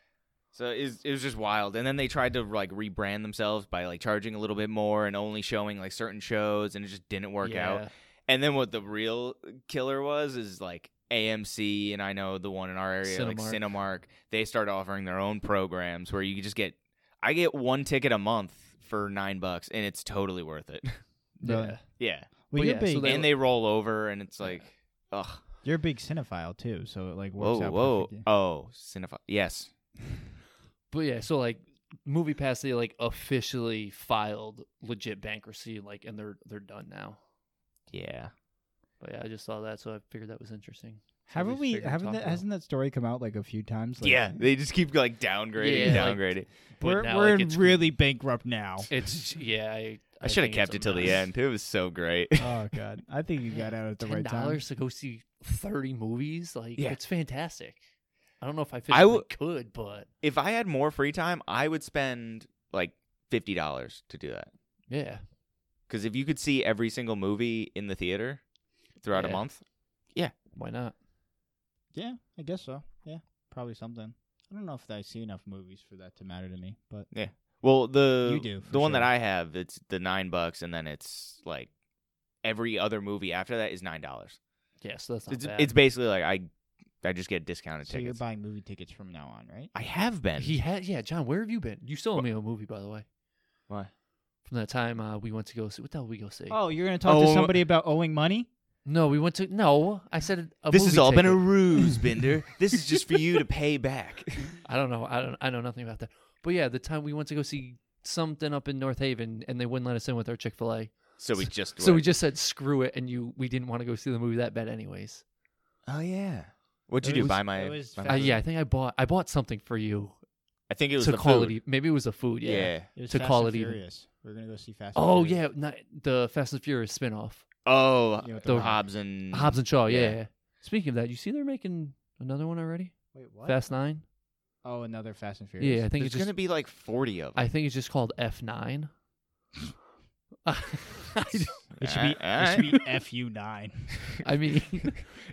[SPEAKER 3] So it was, it was just wild. And then they tried to like rebrand themselves by like charging a little bit more and only showing like certain shows, and it just didn't work out.
[SPEAKER 2] Yeah.
[SPEAKER 3] And then what the real killer was is like AMC and I know the one in our area like
[SPEAKER 2] Cinemark.
[SPEAKER 3] Cinemark. They started offering their own programs where you could just get. I I get one ticket a month for nine bucks, and it's totally worth it.
[SPEAKER 1] Really?
[SPEAKER 2] Yeah.
[SPEAKER 3] yeah,
[SPEAKER 1] Well,
[SPEAKER 2] Well,
[SPEAKER 1] you're
[SPEAKER 2] yeah, so
[SPEAKER 1] big.
[SPEAKER 2] they-
[SPEAKER 3] and they roll over, and it's like, ugh,
[SPEAKER 1] You're a big cinephile too, so it like works
[SPEAKER 3] whoa,
[SPEAKER 1] out.
[SPEAKER 3] whoa,
[SPEAKER 2] Uh,
[SPEAKER 1] perfectly.
[SPEAKER 3] oh, cinephile, yes,
[SPEAKER 2] But yeah, so like Movie Pass, they like officially filed legit bankruptcy, like, and they're they're done now.
[SPEAKER 3] yeah.
[SPEAKER 2] But yeah, I just saw that, so I figured that was interesting. So
[SPEAKER 1] Haven't
[SPEAKER 2] just
[SPEAKER 1] we?
[SPEAKER 2] figured we'd
[SPEAKER 1] Haven't
[SPEAKER 2] talk
[SPEAKER 1] that,
[SPEAKER 2] about it.
[SPEAKER 1] hasn't that story come out like a few times? Like,
[SPEAKER 3] yeah, they just keep like downgrading, and
[SPEAKER 2] Yeah, like-
[SPEAKER 3] downgrading.
[SPEAKER 2] But
[SPEAKER 1] we're
[SPEAKER 2] now,
[SPEAKER 1] we're
[SPEAKER 2] like, it's-
[SPEAKER 1] really bankrupt now.
[SPEAKER 2] It's yeah. I,
[SPEAKER 3] I, should have
[SPEAKER 2] think it's
[SPEAKER 3] kept
[SPEAKER 2] a
[SPEAKER 3] it till the
[SPEAKER 2] mess.
[SPEAKER 3] end. It was so great.
[SPEAKER 1] oh god, I think you got out at the
[SPEAKER 2] Ten
[SPEAKER 1] right time.
[SPEAKER 2] dollars to go see thirty movies, like
[SPEAKER 3] Yeah.
[SPEAKER 2] it's fantastic. I don't know if I physically
[SPEAKER 3] I w-
[SPEAKER 2] could, but
[SPEAKER 3] if I had more free time, I would spend like fifty dollars to do that.
[SPEAKER 2] yeah,
[SPEAKER 3] Because if you could see every single movie in the theater throughout a
[SPEAKER 2] Yeah.
[SPEAKER 3] month,
[SPEAKER 2] why not?
[SPEAKER 1] Yeah, I guess so. Yeah, probably something. I don't know if I see enough movies for that to matter to me, but
[SPEAKER 3] well, the
[SPEAKER 1] You do, for
[SPEAKER 3] the one that
[SPEAKER 1] sure.
[SPEAKER 3] I have, it's the nine bucks, and then it's like every other movie after that is nine dollars.
[SPEAKER 2] Yeah, so that's not
[SPEAKER 3] It's,
[SPEAKER 2] bad.
[SPEAKER 3] it's basically like I I just get discounted
[SPEAKER 1] so you're
[SPEAKER 3] tickets.
[SPEAKER 1] buying movie tickets from now on, right?
[SPEAKER 3] I have been.
[SPEAKER 2] he had yeah. John, where have you been? You still owe me a movie, by the way.
[SPEAKER 3] Why?
[SPEAKER 2] From that time uh, we went to go see what the hell we go see?
[SPEAKER 1] Oh, you're gonna talk to
[SPEAKER 3] Oh.
[SPEAKER 2] uh,
[SPEAKER 1] somebody about owing money?
[SPEAKER 2] No, we went to no. I said a
[SPEAKER 3] this
[SPEAKER 2] movie
[SPEAKER 3] has all been a
[SPEAKER 2] ticket.
[SPEAKER 3] ruse, Binder. this is just for you to pay back.
[SPEAKER 2] I don't know. I don't. I know nothing about that. But yeah, the time we went to go see something up in North Haven, and they wouldn't let us in with our Chick Fil A.
[SPEAKER 3] So we just
[SPEAKER 2] So we
[SPEAKER 3] went.
[SPEAKER 2] just said screw it, and you we didn't want to go see the movie that bad anyways.
[SPEAKER 3] oh yeah. What'd you
[SPEAKER 1] It
[SPEAKER 3] do?
[SPEAKER 1] was-
[SPEAKER 3] buy my?
[SPEAKER 1] it was
[SPEAKER 3] buy my
[SPEAKER 2] Uh,
[SPEAKER 1] February.
[SPEAKER 2] yeah, I think I bought I bought something for you
[SPEAKER 3] I think it was
[SPEAKER 2] to
[SPEAKER 3] the
[SPEAKER 2] call
[SPEAKER 3] food.
[SPEAKER 2] it. e- Maybe it was a food. Yeah.
[SPEAKER 3] yeah.
[SPEAKER 1] It was
[SPEAKER 2] To
[SPEAKER 1] Fast
[SPEAKER 2] call
[SPEAKER 1] and
[SPEAKER 2] it even.
[SPEAKER 1] Furious. We're gonna go see Fast. and
[SPEAKER 2] Oh
[SPEAKER 1] Furious.
[SPEAKER 2] yeah, not, the Fast and Furious spinoff,
[SPEAKER 3] Oh,
[SPEAKER 1] You know, with
[SPEAKER 3] the
[SPEAKER 1] Rock.
[SPEAKER 3] Hobbs and
[SPEAKER 2] Hobbs and Shaw. Yeah.
[SPEAKER 3] Mm. Yeah.
[SPEAKER 2] yeah. Speaking of that, you see they're making another one already.
[SPEAKER 1] Wait, what?
[SPEAKER 2] Fast Nine.
[SPEAKER 1] Oh, another Fast and Furious.
[SPEAKER 2] Yeah, I think it's
[SPEAKER 3] There's
[SPEAKER 2] just
[SPEAKER 3] gonna be like forty of them.
[SPEAKER 2] I think it's just called F Nine.
[SPEAKER 1] It should be.
[SPEAKER 3] Alright.
[SPEAKER 1] It should be fu nine.
[SPEAKER 2] I mean,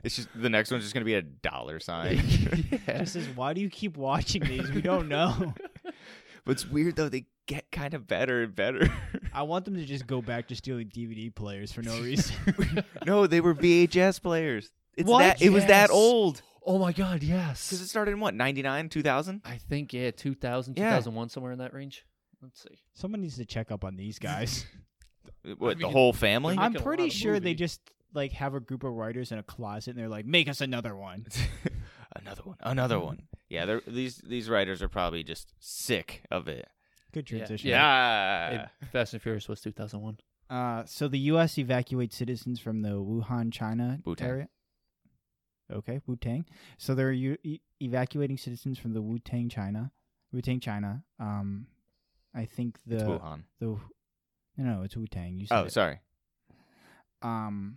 [SPEAKER 3] it's just the next one's just gonna be a dollar sign.
[SPEAKER 2] yeah.
[SPEAKER 1] Just says, why do you keep watching these? We don't know.
[SPEAKER 3] but it's weird though; they get kind of better and better.
[SPEAKER 1] I want them to just go back to stealing DVD players for no reason.
[SPEAKER 3] no, they were VHS players. It's
[SPEAKER 1] What?
[SPEAKER 3] that it was
[SPEAKER 1] Yes.
[SPEAKER 3] that old
[SPEAKER 2] oh my God,
[SPEAKER 3] because it
[SPEAKER 2] yes.
[SPEAKER 3] started in what ninety nine, two thousand.
[SPEAKER 2] I think yeah, 2000,
[SPEAKER 3] Yeah.
[SPEAKER 2] 2001, somewhere in that range. Let's see.
[SPEAKER 1] Someone needs to check up on these guys.
[SPEAKER 3] What the
[SPEAKER 2] mean,
[SPEAKER 3] whole family?
[SPEAKER 2] They're
[SPEAKER 1] I'm
[SPEAKER 2] making a
[SPEAKER 1] pretty
[SPEAKER 2] lot of
[SPEAKER 1] sure they
[SPEAKER 2] movie.
[SPEAKER 1] just like have a group of writers in a closet and they're like, make us another one.
[SPEAKER 3] another one, another one. Yeah, they're, these these writers are probably just sick of it.
[SPEAKER 1] Good
[SPEAKER 2] Yeah.
[SPEAKER 1] transition.
[SPEAKER 3] Yeah,
[SPEAKER 2] It- Fast and Furious was 2001.
[SPEAKER 1] Uh, so the U.S. evacuates citizens from the Wuhan, China
[SPEAKER 3] Wu-Tang.
[SPEAKER 1] area. Okay, Wu Tang. So they're u- e- evacuating citizens from the Wu Tang, China. Wu Tang, China. Um, I think the
[SPEAKER 3] it's
[SPEAKER 2] uh,
[SPEAKER 3] Wuhan.
[SPEAKER 1] the no, no, it's Wu Tang. You said
[SPEAKER 3] Oh,
[SPEAKER 1] it.
[SPEAKER 3] sorry.
[SPEAKER 1] Um,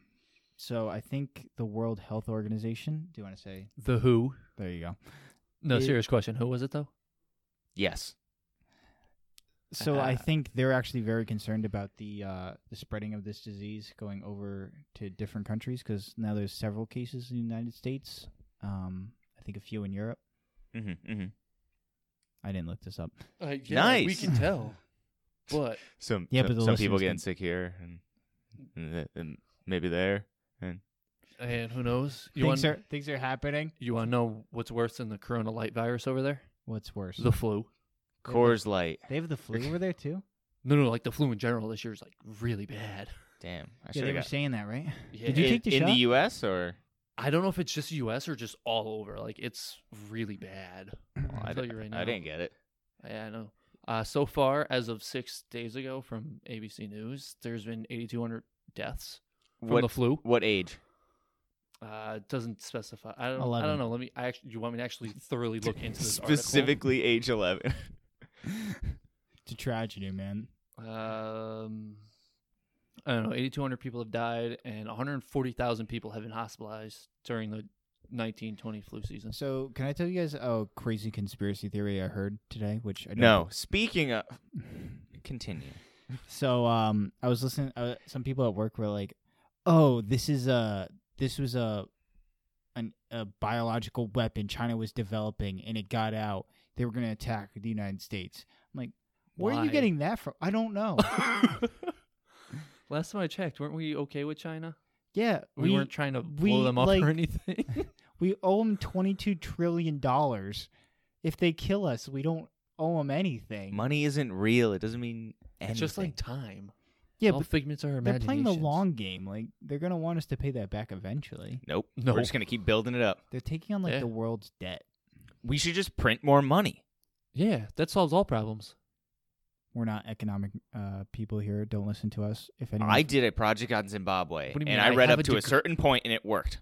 [SPEAKER 1] so I think the World Health Organization. Do you want to say?
[SPEAKER 2] The Who.
[SPEAKER 1] There you go.
[SPEAKER 2] No,
[SPEAKER 1] It-
[SPEAKER 2] serious question. Who was it though?
[SPEAKER 3] Yes.
[SPEAKER 1] So
[SPEAKER 2] Uh-huh.
[SPEAKER 1] I think they're actually very concerned about the uh, the spreading of this disease going over to different countries because now there's several cases in the United States. Um, I think a few in Europe.
[SPEAKER 3] hmm
[SPEAKER 2] Mm-hmm,
[SPEAKER 3] hmm
[SPEAKER 1] I didn't look this up.
[SPEAKER 2] Uh,
[SPEAKER 3] Nice. we can
[SPEAKER 2] tell. But
[SPEAKER 3] some
[SPEAKER 1] Yeah,
[SPEAKER 3] some,
[SPEAKER 1] but the
[SPEAKER 3] some people
[SPEAKER 1] listeners
[SPEAKER 3] getting
[SPEAKER 1] can-
[SPEAKER 3] sick here and, and, th- and maybe there.
[SPEAKER 2] and who knows? You
[SPEAKER 1] things
[SPEAKER 2] want
[SPEAKER 1] are things are happening.
[SPEAKER 2] you want to know what's worse than the Corona light virus over there?
[SPEAKER 1] What's worse?
[SPEAKER 2] The flu.
[SPEAKER 1] Yeah,
[SPEAKER 3] Coors Light.
[SPEAKER 1] they have the flu over there too.
[SPEAKER 2] No, no, like the flu in general this year is like really bad.
[SPEAKER 3] Damn, I
[SPEAKER 1] yeah,
[SPEAKER 3] should
[SPEAKER 1] they
[SPEAKER 3] have
[SPEAKER 1] were
[SPEAKER 3] got.
[SPEAKER 1] saying that, right?
[SPEAKER 2] Yeah.
[SPEAKER 1] Did you
[SPEAKER 3] in,
[SPEAKER 1] take the
[SPEAKER 3] in the
[SPEAKER 1] shot?
[SPEAKER 3] U.S. or?
[SPEAKER 2] I don't know if it's just U.S. or just all over. Like it's really bad.
[SPEAKER 3] Well, I,
[SPEAKER 2] tell
[SPEAKER 3] di-
[SPEAKER 2] you right
[SPEAKER 3] I
[SPEAKER 2] now.
[SPEAKER 3] didn't get it.
[SPEAKER 2] Yeah, I know. Uh, so far, as of six days ago, from ABC News, there's been 8,200 deaths from
[SPEAKER 3] What
[SPEAKER 2] the flu.
[SPEAKER 3] what age?
[SPEAKER 2] Uh, it doesn't specify. I don't. I
[SPEAKER 1] Eleven.
[SPEAKER 2] don't know. Let me. I actually. You want me to actually thoroughly look into this article?
[SPEAKER 3] Specifically, age eleven.
[SPEAKER 1] It's a tragedy, man.
[SPEAKER 2] Um, I don't know. 8,200 people have died, and 140,000 people have been hospitalized during the 1920 flu season.
[SPEAKER 1] So can I tell you guys a crazy conspiracy theory I heard today? Which I don't
[SPEAKER 3] no. Speaking of, continue.
[SPEAKER 1] So um, I was listening. Uh, some people at work were like, "Oh, this is a this was a an, a biological weapon China was developing, and it got out. They were going to attack the United States." I'm like, "Where are you
[SPEAKER 2] Why?
[SPEAKER 1] getting that from? I don't know."
[SPEAKER 2] Last time I checked, weren't we okay with China?
[SPEAKER 1] yeah,
[SPEAKER 2] We, weren't trying to
[SPEAKER 1] we,
[SPEAKER 2] blow them up
[SPEAKER 1] like-
[SPEAKER 2] or anything.
[SPEAKER 1] we owe them twenty two trillion dollars. If they kill us, we don't owe him anything.
[SPEAKER 3] Money isn't real. It doesn't mean anything.
[SPEAKER 2] It's just like time.
[SPEAKER 1] yeah,
[SPEAKER 2] All
[SPEAKER 1] but
[SPEAKER 2] figments are
[SPEAKER 1] they're playing the
[SPEAKER 2] imaginations.
[SPEAKER 1] long game. Like they're gonna want us to pay that back eventually.
[SPEAKER 3] nope.
[SPEAKER 2] No.
[SPEAKER 3] We're just gonna keep building it up.
[SPEAKER 1] They're taking on like
[SPEAKER 2] Yeah.
[SPEAKER 1] the world's debt.
[SPEAKER 3] We should just print more money.
[SPEAKER 2] Yeah, that solves all problems.
[SPEAKER 1] We're not economic uh, people here. Don't listen to us. If anyone,
[SPEAKER 3] I did a project on Zimbabwe,
[SPEAKER 2] What do you mean?
[SPEAKER 3] and I
[SPEAKER 2] I
[SPEAKER 3] read
[SPEAKER 2] have
[SPEAKER 3] up
[SPEAKER 2] a
[SPEAKER 3] to a
[SPEAKER 2] deg-
[SPEAKER 3] certain point, and it worked.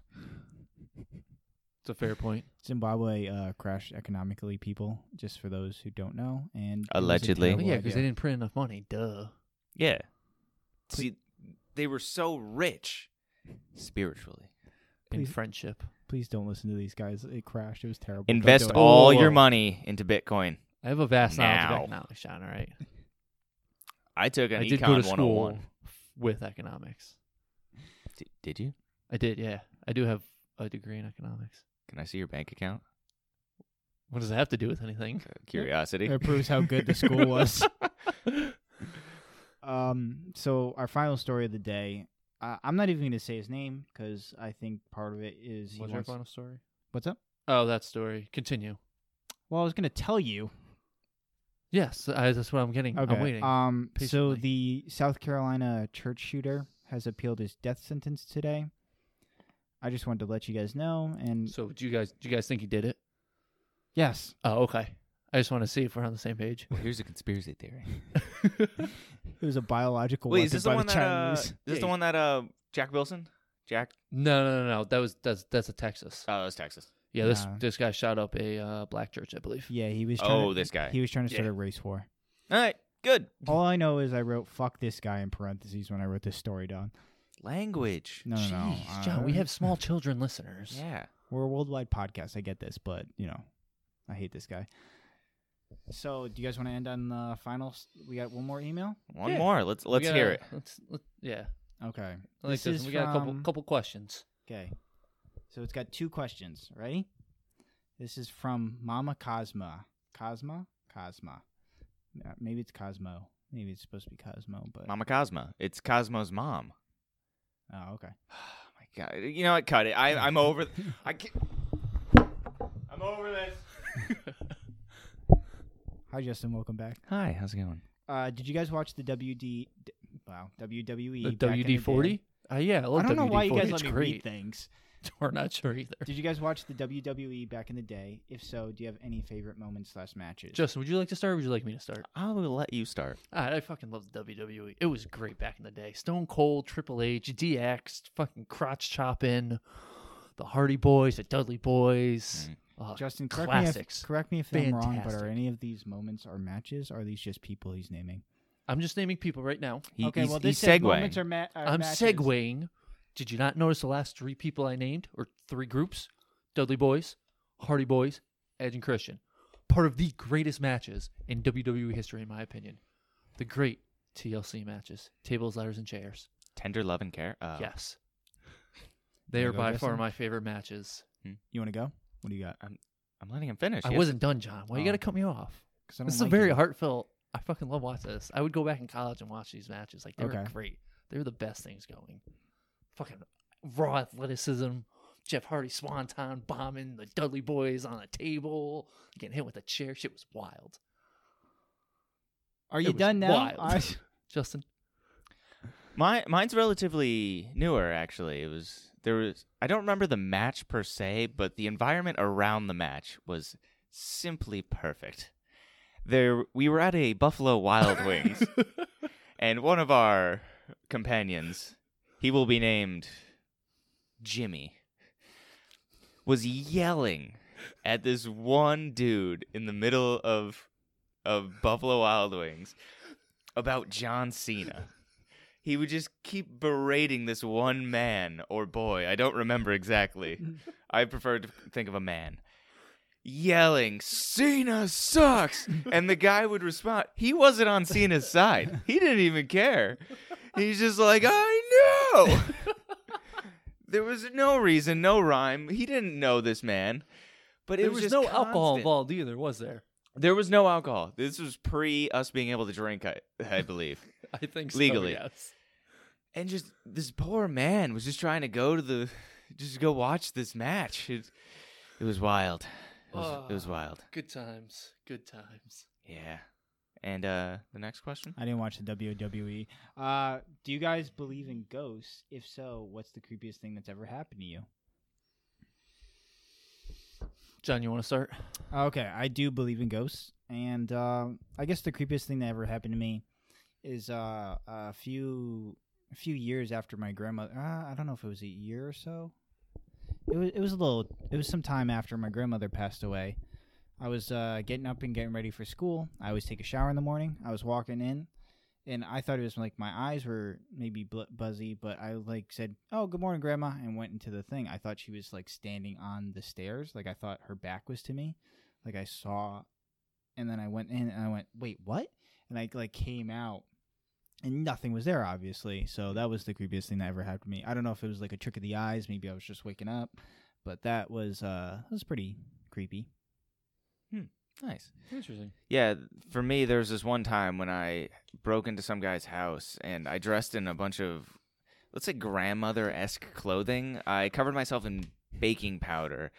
[SPEAKER 2] It's a fair point.
[SPEAKER 1] Zimbabwe uh, crashed economically, people. Just for those who don't know, and it was a
[SPEAKER 3] Allegedly.
[SPEAKER 2] Well,
[SPEAKER 1] terrible
[SPEAKER 2] yeah, because they
[SPEAKER 1] idea.
[SPEAKER 2] didn't print enough money. Duh.
[SPEAKER 3] Yeah. See, they were so rich spiritually.
[SPEAKER 2] In
[SPEAKER 1] Please-
[SPEAKER 2] friendship.
[SPEAKER 1] Please don't listen to these guys. It crashed. It was terrible. Don't
[SPEAKER 3] Invest
[SPEAKER 1] do it.
[SPEAKER 3] all
[SPEAKER 2] Whoa.
[SPEAKER 3] your money into Bitcoin.
[SPEAKER 2] I have a vast knowledge
[SPEAKER 3] Now.
[SPEAKER 2] of economics, Sean. All right.
[SPEAKER 3] I took an
[SPEAKER 2] I did
[SPEAKER 3] econ
[SPEAKER 2] go to
[SPEAKER 3] 101.
[SPEAKER 2] school with economics.
[SPEAKER 3] D- did you?
[SPEAKER 2] I did. Yeah, I do have a degree in economics.
[SPEAKER 3] Can I see your bank account?
[SPEAKER 2] What does that have to do with anything?
[SPEAKER 3] Uh, Curiosity.
[SPEAKER 1] It proves how good the school was. Um, so our final story of the day. Uh, I'm not even going to say his name because I think part of it is he
[SPEAKER 2] What's your
[SPEAKER 1] wants-
[SPEAKER 2] final story?
[SPEAKER 1] what's up.
[SPEAKER 2] Oh, that story. Continue.
[SPEAKER 1] Well, I was going to tell you.
[SPEAKER 2] Yes, I, that's what I'm getting.
[SPEAKER 1] Okay.
[SPEAKER 2] I'm waiting.
[SPEAKER 1] Um, so
[SPEAKER 2] patiently.
[SPEAKER 1] the South Carolina church shooter has appealed his death sentence today. I just wanted to let you guys know. And
[SPEAKER 2] so, do you guys do you guys think he did it?
[SPEAKER 1] yes,
[SPEAKER 2] Oh, okay. I just want to see if we're on the same page.
[SPEAKER 3] Well, here's a conspiracy theory.
[SPEAKER 1] it was a biological
[SPEAKER 3] Wait,
[SPEAKER 1] weapon
[SPEAKER 3] is this
[SPEAKER 1] by
[SPEAKER 3] the one
[SPEAKER 1] the
[SPEAKER 3] that? Uh,
[SPEAKER 1] Chinese.
[SPEAKER 3] is this the
[SPEAKER 2] Yeah.
[SPEAKER 3] one that uh, Jack Wilson? Jack?
[SPEAKER 2] No, no, no, no. That was that's that's a Texas.
[SPEAKER 3] Oh, that was Texas.
[SPEAKER 2] Yeah, this
[SPEAKER 1] Nah.
[SPEAKER 2] this guy shot up a uh, black church, I believe.
[SPEAKER 1] yeah, he was. Trying
[SPEAKER 3] Oh,
[SPEAKER 1] to,
[SPEAKER 3] this guy.
[SPEAKER 1] He was trying to start
[SPEAKER 3] Yeah.
[SPEAKER 1] a race war.
[SPEAKER 3] All right, good
[SPEAKER 1] All I know is I wrote "fuck this guy" in parentheses when I wrote this story down.
[SPEAKER 3] language.
[SPEAKER 1] No, no, no.
[SPEAKER 2] Jeez, John, we
[SPEAKER 1] uh,
[SPEAKER 2] have small children listeners.
[SPEAKER 3] Yeah.
[SPEAKER 1] We're a worldwide podcast. I get this, but you know, I hate this guy. So, do you guys want to end on the final? s- We got one more email.
[SPEAKER 3] One
[SPEAKER 2] Yeah.
[SPEAKER 3] more. Let's let's
[SPEAKER 2] We
[SPEAKER 3] hear
[SPEAKER 2] gotta-
[SPEAKER 3] it.
[SPEAKER 2] Let's, let, yeah.
[SPEAKER 1] Okay.
[SPEAKER 2] I like
[SPEAKER 1] This
[SPEAKER 2] this.
[SPEAKER 1] is
[SPEAKER 2] We got a couple
[SPEAKER 1] from-
[SPEAKER 2] couple questions.
[SPEAKER 1] Okay. So it's got two questions. Ready? This is from Mama Cosma. Cosma? Cosma. Uh, Maybe it's Cosmo. Maybe it's supposed to be Cosmo, but
[SPEAKER 3] Mama Cosma. It's Cosmo's mom.
[SPEAKER 1] oh, okay.
[SPEAKER 3] Oh my god. You know what? Cut it. I I'm over. th- I can't. I'm over this.
[SPEAKER 1] Hi, Justin. Welcome back.
[SPEAKER 3] Hi. How's it going?
[SPEAKER 1] Uh, did you guys watch the WD? D- wow, WWE.
[SPEAKER 2] The
[SPEAKER 1] E back in
[SPEAKER 2] WD
[SPEAKER 1] day?
[SPEAKER 2] forty. Uh, yeah, I, love
[SPEAKER 1] I don't know why you
[SPEAKER 2] WD-40.
[SPEAKER 1] guys
[SPEAKER 2] It's
[SPEAKER 1] let me
[SPEAKER 2] great.
[SPEAKER 1] read things.
[SPEAKER 2] We're not sure either.
[SPEAKER 1] Did you guys watch the WWE back in the day? If so, do you have any favorite moments slash matches?
[SPEAKER 2] Justin, would you like to start? or Would you like me to start?
[SPEAKER 3] I will let you start.
[SPEAKER 2] Ah, I fucking loved WWE. E. It was great back in the day. Stone Cold, Triple H, DX, fucking crotch chopping, the Hardy Boys, the Dudley Boys. Uh,
[SPEAKER 1] Mm. Justin, correct me
[SPEAKER 2] classics.
[SPEAKER 1] if, correct me if I'm wrong, but are
[SPEAKER 2] Fantastic.
[SPEAKER 1] any of these moments or matches? Or are these just people he's naming?
[SPEAKER 2] I'm just naming people right now.
[SPEAKER 3] He,
[SPEAKER 1] okay,
[SPEAKER 3] he's,
[SPEAKER 1] well, this
[SPEAKER 3] he's
[SPEAKER 1] said
[SPEAKER 3] segueing.
[SPEAKER 1] moments are ma- are
[SPEAKER 2] I'm
[SPEAKER 1] matches.
[SPEAKER 2] segueing. Did you not notice the last three people I named, or three groups? Dudley Boys, Hardy Boys, Edge and Christian. Part of the greatest matches in WWE history, in my opinion. The great TLC matches, tables, ladders, and chairs.
[SPEAKER 3] Tender love and care. Uh,
[SPEAKER 2] Yes. They
[SPEAKER 1] Wanna
[SPEAKER 2] are
[SPEAKER 1] go,
[SPEAKER 2] by far
[SPEAKER 1] Justin?
[SPEAKER 2] my favorite matches.
[SPEAKER 1] You want to go? What do you got?
[SPEAKER 3] I'm letting him finish.
[SPEAKER 2] I
[SPEAKER 3] Yes.
[SPEAKER 2] wasn't done, John. Why you
[SPEAKER 1] Oh.
[SPEAKER 2] got to cut me off?
[SPEAKER 1] 'Cause I don't
[SPEAKER 2] This is a
[SPEAKER 1] like
[SPEAKER 2] very
[SPEAKER 1] you.
[SPEAKER 2] heartfelt. I fucking love watching this. I would go back in college and watch these matches. Like they were
[SPEAKER 1] Okay.
[SPEAKER 2] great. They were the best things going. Fucking raw athleticism. Jeff Hardy swanton bombing the Dudley Boys on a table, getting hit with a chair. Shit was wild.
[SPEAKER 1] Are
[SPEAKER 2] it
[SPEAKER 1] you
[SPEAKER 2] was
[SPEAKER 1] done now?
[SPEAKER 2] wild.
[SPEAKER 1] I-
[SPEAKER 2] Justin,
[SPEAKER 3] My mine's relatively newer actually. It was there was I don't remember the match per se, but the environment around the match was simply perfect. There we were at a Buffalo Wild Wings and one of our companions, he will be named Jimmy, was yelling at this one dude in the middle of of Buffalo Wild Wings about John Cena. He would just keep berating this one man or boy. I don't remember exactly. I prefer to think of a man. Yelling, Cena sucks. And the guy would respond, he wasn't on Cena's side. He didn't even care. He's just like, I know. there was no reason, no rhyme. He didn't know this man. But it
[SPEAKER 2] there
[SPEAKER 3] was,
[SPEAKER 2] was,
[SPEAKER 3] just
[SPEAKER 2] no alcohol
[SPEAKER 3] constant.
[SPEAKER 2] involved either, was there?
[SPEAKER 3] There was no alcohol. This was pre us being able to drink, I, I believe.
[SPEAKER 2] I think so,
[SPEAKER 3] Legally.
[SPEAKER 2] yes.
[SPEAKER 3] and just this poor man was just trying to go to the, just go watch this match. It, it was wild. was, it was
[SPEAKER 2] Ah.
[SPEAKER 3] wild.
[SPEAKER 2] Good times. Good times.
[SPEAKER 3] Yeah. And uh, the next question.
[SPEAKER 1] I didn't watch the WWE. Uh, do you guys believe in ghosts? If so, what's the creepiest thing that's ever happened to you?
[SPEAKER 2] John, you want to start?
[SPEAKER 1] Oh, Okay, I do believe in ghosts, and uh, I guess the creepiest thing that ever happened to me is uh, a few a few years after my grandmother. Uh, I don't know if it was a year or so. It was it was a little. It was some time after my grandmother passed away. I was uh, getting up and getting ready for school. I always take a shower in the morning. I was walking in, and I thought it was like my eyes were maybe bl- buzzy, but I like said, "Oh, good morning, grandma," and went into the thing. I thought she was like standing on the stairs. Like I thought her back was to me like I saw, and then I went in and I went, wait, what? And I like came out, and nothing was there, obviously. So that was the creepiest thing that ever happened to me. I don't know if it was like a trick of the eyes, maybe I was just waking up, but that was uh, that was pretty creepy.
[SPEAKER 3] Nice.
[SPEAKER 2] Interesting.
[SPEAKER 3] Yeah, for me, there was this one time when I broke into some guy's house and I dressed in a bunch of, let's say, grandmother esque clothing. I covered myself in baking powder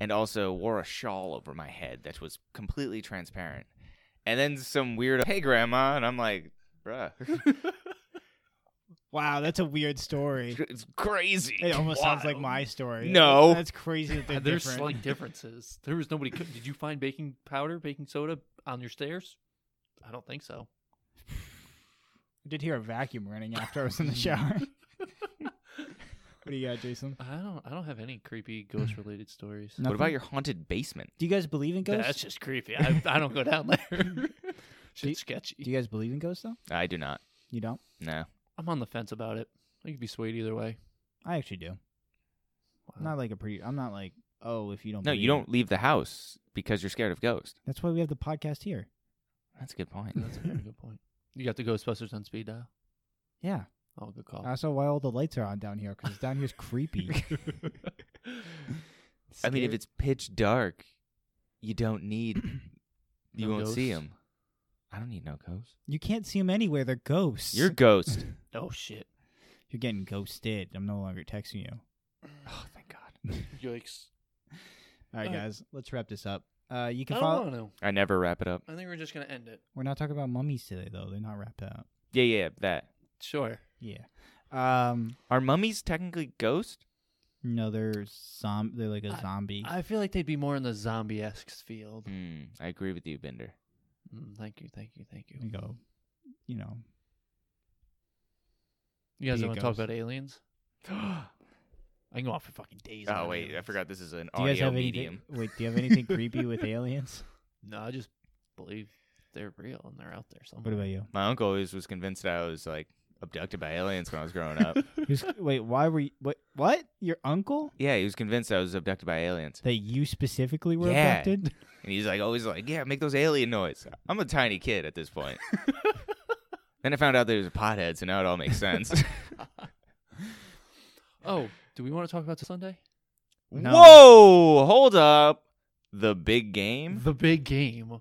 [SPEAKER 3] and also wore a shawl over my head that was completely transparent. And then some weird, hey, grandma. And I'm like, bruh,
[SPEAKER 1] Wow, that's a weird story.
[SPEAKER 3] it's crazy.
[SPEAKER 1] It almost sounds like
[SPEAKER 2] Wild.
[SPEAKER 1] my story.
[SPEAKER 3] No.
[SPEAKER 1] that's crazy. That they're
[SPEAKER 2] Uh, There's
[SPEAKER 1] different.
[SPEAKER 2] slight differences. There was nobody. co- Did you find baking powder, baking soda on your stairs? I don't think so.
[SPEAKER 1] I did hear a vacuum running after I was in the shower. what do you got, Jason?
[SPEAKER 2] I don't. I don't have any creepy ghost related stories.
[SPEAKER 1] No.
[SPEAKER 3] What about
[SPEAKER 1] Nothing?
[SPEAKER 3] your haunted basement?
[SPEAKER 1] Do you guys believe in ghosts?
[SPEAKER 2] That's just creepy. I, I don't go down there. Shit's sketchy.
[SPEAKER 1] do you guys believe in ghosts though?
[SPEAKER 3] I do not.
[SPEAKER 1] You don't?
[SPEAKER 3] No.
[SPEAKER 2] I'm on the fence about it. I could be swayed either way.
[SPEAKER 1] I actually do. I'm
[SPEAKER 2] Wow.
[SPEAKER 1] not like a pretty. I'm not like oh if you don't.
[SPEAKER 3] No,
[SPEAKER 1] believe
[SPEAKER 3] you
[SPEAKER 1] it."
[SPEAKER 3] don't leave the house because you're scared of ghosts.
[SPEAKER 1] That's why we have the podcast here.
[SPEAKER 3] That's a good point.
[SPEAKER 2] That's a very good point. You got the Ghostbusters on speed dial.
[SPEAKER 1] Yeah.
[SPEAKER 2] Oh, good call.
[SPEAKER 1] That's why all the lights are on down here because down here's creepy.
[SPEAKER 3] I mean, if it's pitch dark, you don't need. you
[SPEAKER 2] No
[SPEAKER 3] won't see
[SPEAKER 2] ghosts?
[SPEAKER 3] them. I don't need no ghosts.
[SPEAKER 1] you can't see them anywhere. They're ghosts.
[SPEAKER 3] You're ghost.
[SPEAKER 2] oh shit.
[SPEAKER 1] You're getting ghosted. I'm no longer texting you. Oh thank God.
[SPEAKER 2] Yikes.
[SPEAKER 1] all right,
[SPEAKER 2] Uh,
[SPEAKER 1] guys, let's wrap this up. Uh, you
[SPEAKER 2] I
[SPEAKER 1] can
[SPEAKER 2] don't
[SPEAKER 1] follow.
[SPEAKER 2] want to.
[SPEAKER 3] I never wrap it up.
[SPEAKER 2] I think we're just gonna end it.
[SPEAKER 1] We're not talking about mummies today though. They're not wrapped up.
[SPEAKER 3] Yeah, yeah, that.
[SPEAKER 2] Sure.
[SPEAKER 1] Yeah. Um.
[SPEAKER 3] Are mummies technically ghosts?
[SPEAKER 1] No, they're zom. They're like a
[SPEAKER 2] I-
[SPEAKER 1] zombie.
[SPEAKER 2] I feel like they'd be more in the zombie esque field.
[SPEAKER 3] Mm, I agree with you, Bender.
[SPEAKER 2] Mm, thank you, thank you, thank you.
[SPEAKER 1] You go. You know.
[SPEAKER 2] You guys
[SPEAKER 1] Be a
[SPEAKER 2] want to talk
[SPEAKER 1] ghost.
[SPEAKER 2] about aliens? I can go off for fucking days.
[SPEAKER 3] Oh
[SPEAKER 2] on
[SPEAKER 3] wait, I
[SPEAKER 2] aliens.
[SPEAKER 3] forgot this is an
[SPEAKER 1] Do you guys
[SPEAKER 3] audio
[SPEAKER 1] have
[SPEAKER 3] medium.
[SPEAKER 1] anything? Wait, do you have anything creepy with aliens?
[SPEAKER 2] No, I just believe they're real and they're out there
[SPEAKER 1] What
[SPEAKER 2] somewhere.
[SPEAKER 1] about you?
[SPEAKER 3] My uncle always was convinced that I was like abducted by aliens when I was growing up.
[SPEAKER 1] Who's, wait, why were you? What? What? Your uncle?
[SPEAKER 3] yeah, he was convinced I was abducted by aliens,
[SPEAKER 1] That you specifically were
[SPEAKER 3] Yeah.
[SPEAKER 1] abducted?
[SPEAKER 3] and he's like always like, "Yeah, make those alien noise." I'm a tiny kid at this point. then I found out that he was a pothead, so now it all makes sense.
[SPEAKER 2] Oh, do we want to talk about Sunday?
[SPEAKER 1] No.
[SPEAKER 3] Whoa! Hold up. The big game.
[SPEAKER 2] The big game.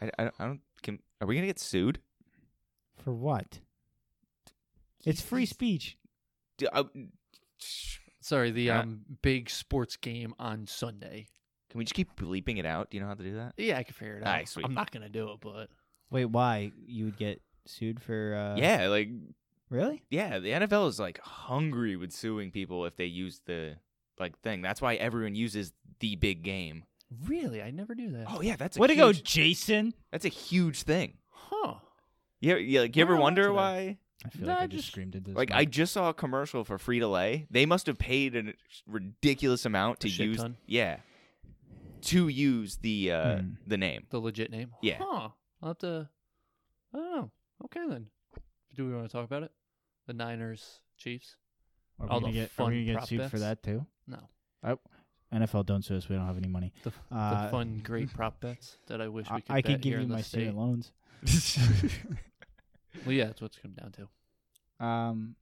[SPEAKER 3] I, I, I don't. Can, are we gonna get sued?
[SPEAKER 1] For what? It's free speech.
[SPEAKER 3] Do, uh,
[SPEAKER 2] Sorry, the
[SPEAKER 3] Yeah.
[SPEAKER 2] um big sports game on Sunday.
[SPEAKER 3] can we just keep bleeping it out? Do you know how to do that?
[SPEAKER 2] Yeah, I can figure it out.
[SPEAKER 3] Aye, sweet.
[SPEAKER 2] I'm not gonna do it, but
[SPEAKER 1] Wait, why? You would get sued for. Uh,
[SPEAKER 3] yeah, like
[SPEAKER 1] Really?
[SPEAKER 3] yeah, the NFL is like hungry with suing people if they use the like thing. That's why everyone uses the big game.
[SPEAKER 2] really, I never do that.
[SPEAKER 3] Oh yeah, that's a
[SPEAKER 1] Way to go,
[SPEAKER 3] huge-
[SPEAKER 1] Jason.
[SPEAKER 3] That's a huge thing.
[SPEAKER 2] huh?
[SPEAKER 3] Yeah, yeah. Like, you
[SPEAKER 2] I
[SPEAKER 3] ever
[SPEAKER 2] don't know
[SPEAKER 3] wonder
[SPEAKER 2] today.
[SPEAKER 3] why?
[SPEAKER 1] I feel
[SPEAKER 2] Nah,
[SPEAKER 1] like I
[SPEAKER 2] just-
[SPEAKER 1] just screamed into this.
[SPEAKER 3] Like I just saw a commercial for Free to Lay. They must have paid a ridiculous amount to
[SPEAKER 2] A shit
[SPEAKER 3] use.
[SPEAKER 2] ton.
[SPEAKER 3] Yeah, to use the uh,
[SPEAKER 1] Hmm.
[SPEAKER 3] the name.
[SPEAKER 2] The legit name.
[SPEAKER 3] Yeah.
[SPEAKER 2] Huh? I'll have to. I don't know. Okay then. Do we want to talk about it? The Niners, Chiefs.
[SPEAKER 1] Are we
[SPEAKER 2] all
[SPEAKER 1] gonna
[SPEAKER 2] the
[SPEAKER 1] get, are we
[SPEAKER 2] fun
[SPEAKER 1] gonna get
[SPEAKER 2] prop
[SPEAKER 1] sued for
[SPEAKER 2] bets.
[SPEAKER 1] that too? Oh.
[SPEAKER 2] No.
[SPEAKER 1] NFL, don't sue us. We don't have any money.
[SPEAKER 2] The,
[SPEAKER 1] Uh,
[SPEAKER 2] the fun, great prop bets that I wish we
[SPEAKER 1] I,
[SPEAKER 2] could.
[SPEAKER 1] I
[SPEAKER 2] bet
[SPEAKER 1] could give
[SPEAKER 2] here
[SPEAKER 1] you
[SPEAKER 2] in the
[SPEAKER 1] my
[SPEAKER 2] state.
[SPEAKER 1] student loans.
[SPEAKER 2] Well, yeah, that's what's come down to.
[SPEAKER 1] Um,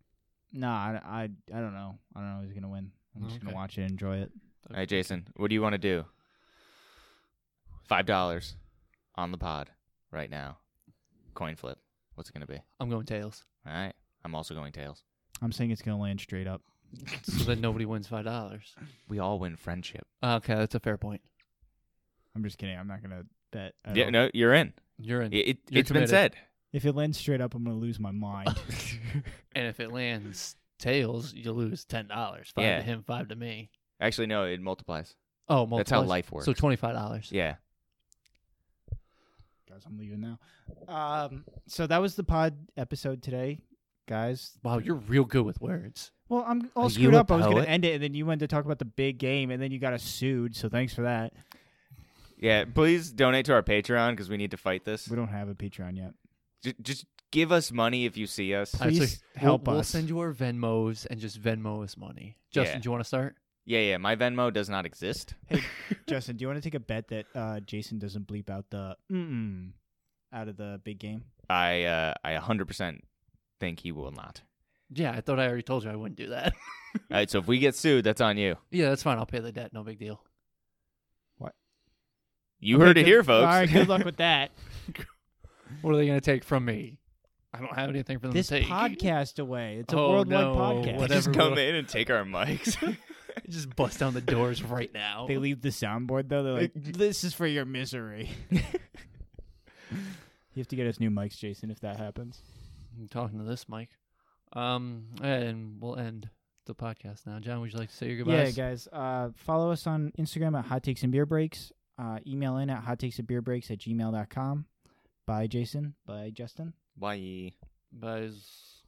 [SPEAKER 1] no, I, I, I don't know. I don't know who's gonna win. I'm just gonna
[SPEAKER 2] Okay.
[SPEAKER 1] watch it, and enjoy it.
[SPEAKER 3] All right, Jason, what do you want to do? Five dollars on the pod right now. Coin flip. What's it gonna be?
[SPEAKER 2] I'm going tails.
[SPEAKER 3] All right. I'm also going tails.
[SPEAKER 1] I'm saying it's gonna land straight up.
[SPEAKER 2] so then nobody wins five dollars.
[SPEAKER 3] We all win friendship.
[SPEAKER 2] Okay, that's a fair point.
[SPEAKER 1] I'm just kidding. I'm not gonna bet. at
[SPEAKER 3] Yeah,
[SPEAKER 1] all.
[SPEAKER 3] no, you're in.
[SPEAKER 2] You're in.
[SPEAKER 3] It, it,
[SPEAKER 2] You're
[SPEAKER 3] it's been
[SPEAKER 2] committed.
[SPEAKER 3] said.
[SPEAKER 1] If it lands straight up, I'm gonna lose my mind.
[SPEAKER 2] And if it lands tails, you lose ten dollars. Five
[SPEAKER 3] Yeah.
[SPEAKER 2] to him, five to me.
[SPEAKER 3] Actually, no, it multiplies.
[SPEAKER 2] Oh,
[SPEAKER 3] That's how
[SPEAKER 2] multiplies-
[SPEAKER 3] life works.
[SPEAKER 2] So twenty five dollars.
[SPEAKER 3] yeah.
[SPEAKER 1] guys, I'm leaving now. Um, so that was the pod episode today, guys.
[SPEAKER 2] Wow, you're real good with words.
[SPEAKER 1] Well, I'm all
[SPEAKER 3] Are
[SPEAKER 1] screwed
[SPEAKER 3] you a
[SPEAKER 1] up. I was gonna
[SPEAKER 3] poet?
[SPEAKER 1] end it, and then you went to talk about the big game, and then you got us sued. So thanks for that.
[SPEAKER 3] Yeah. Please donate to our Patreon because we need to fight this.
[SPEAKER 1] We don't have a Patreon yet.
[SPEAKER 3] J- just give us money if you see us.
[SPEAKER 1] Please
[SPEAKER 2] we'll-
[SPEAKER 1] help
[SPEAKER 2] we'll,
[SPEAKER 1] us.
[SPEAKER 2] send you our Venmos and just Venmo us money. Justin,
[SPEAKER 3] Yeah.
[SPEAKER 2] do you want to start?
[SPEAKER 3] Yeah, yeah. My Venmo does not exist.
[SPEAKER 1] Justin, do you want to take a bet that uh, Jason doesn't bleep out the mm out of the big game?
[SPEAKER 3] I uh, I 100% think he will not.
[SPEAKER 2] Yeah, I thought I already told you I wouldn't do that.
[SPEAKER 3] All right. So if we get sued, that's on you.
[SPEAKER 2] yeah, that's fine. I'll pay the debt. No big deal.
[SPEAKER 3] You
[SPEAKER 1] Okay,
[SPEAKER 3] heard it
[SPEAKER 1] good-
[SPEAKER 3] here, folks.
[SPEAKER 1] All right, good luck with that.
[SPEAKER 2] What are they going to take from me? I don't have anything for them
[SPEAKER 1] this
[SPEAKER 2] to take.
[SPEAKER 1] podcast away. It's a
[SPEAKER 2] Oh,
[SPEAKER 1] worldwide
[SPEAKER 2] no,
[SPEAKER 1] podcast.
[SPEAKER 2] whatever.
[SPEAKER 3] just come in and take our mics.
[SPEAKER 2] just bust down the doors right now.
[SPEAKER 1] They leave the soundboard though. They're like, "This is for your misery." you have to get us new mics, Jason, if that happens.
[SPEAKER 2] I'm talking to this mic. Um, and we'll end the podcast now. John, would you like to say your goodbyes?
[SPEAKER 1] Yeah, guys. Uh, follow us on Instagram at Hot Takes and Beer Breaks. Uh, email in at hot takes and beer breaks at gmail.com. Bye, Jason. Bye, Justin.
[SPEAKER 3] Bye.
[SPEAKER 2] Guys.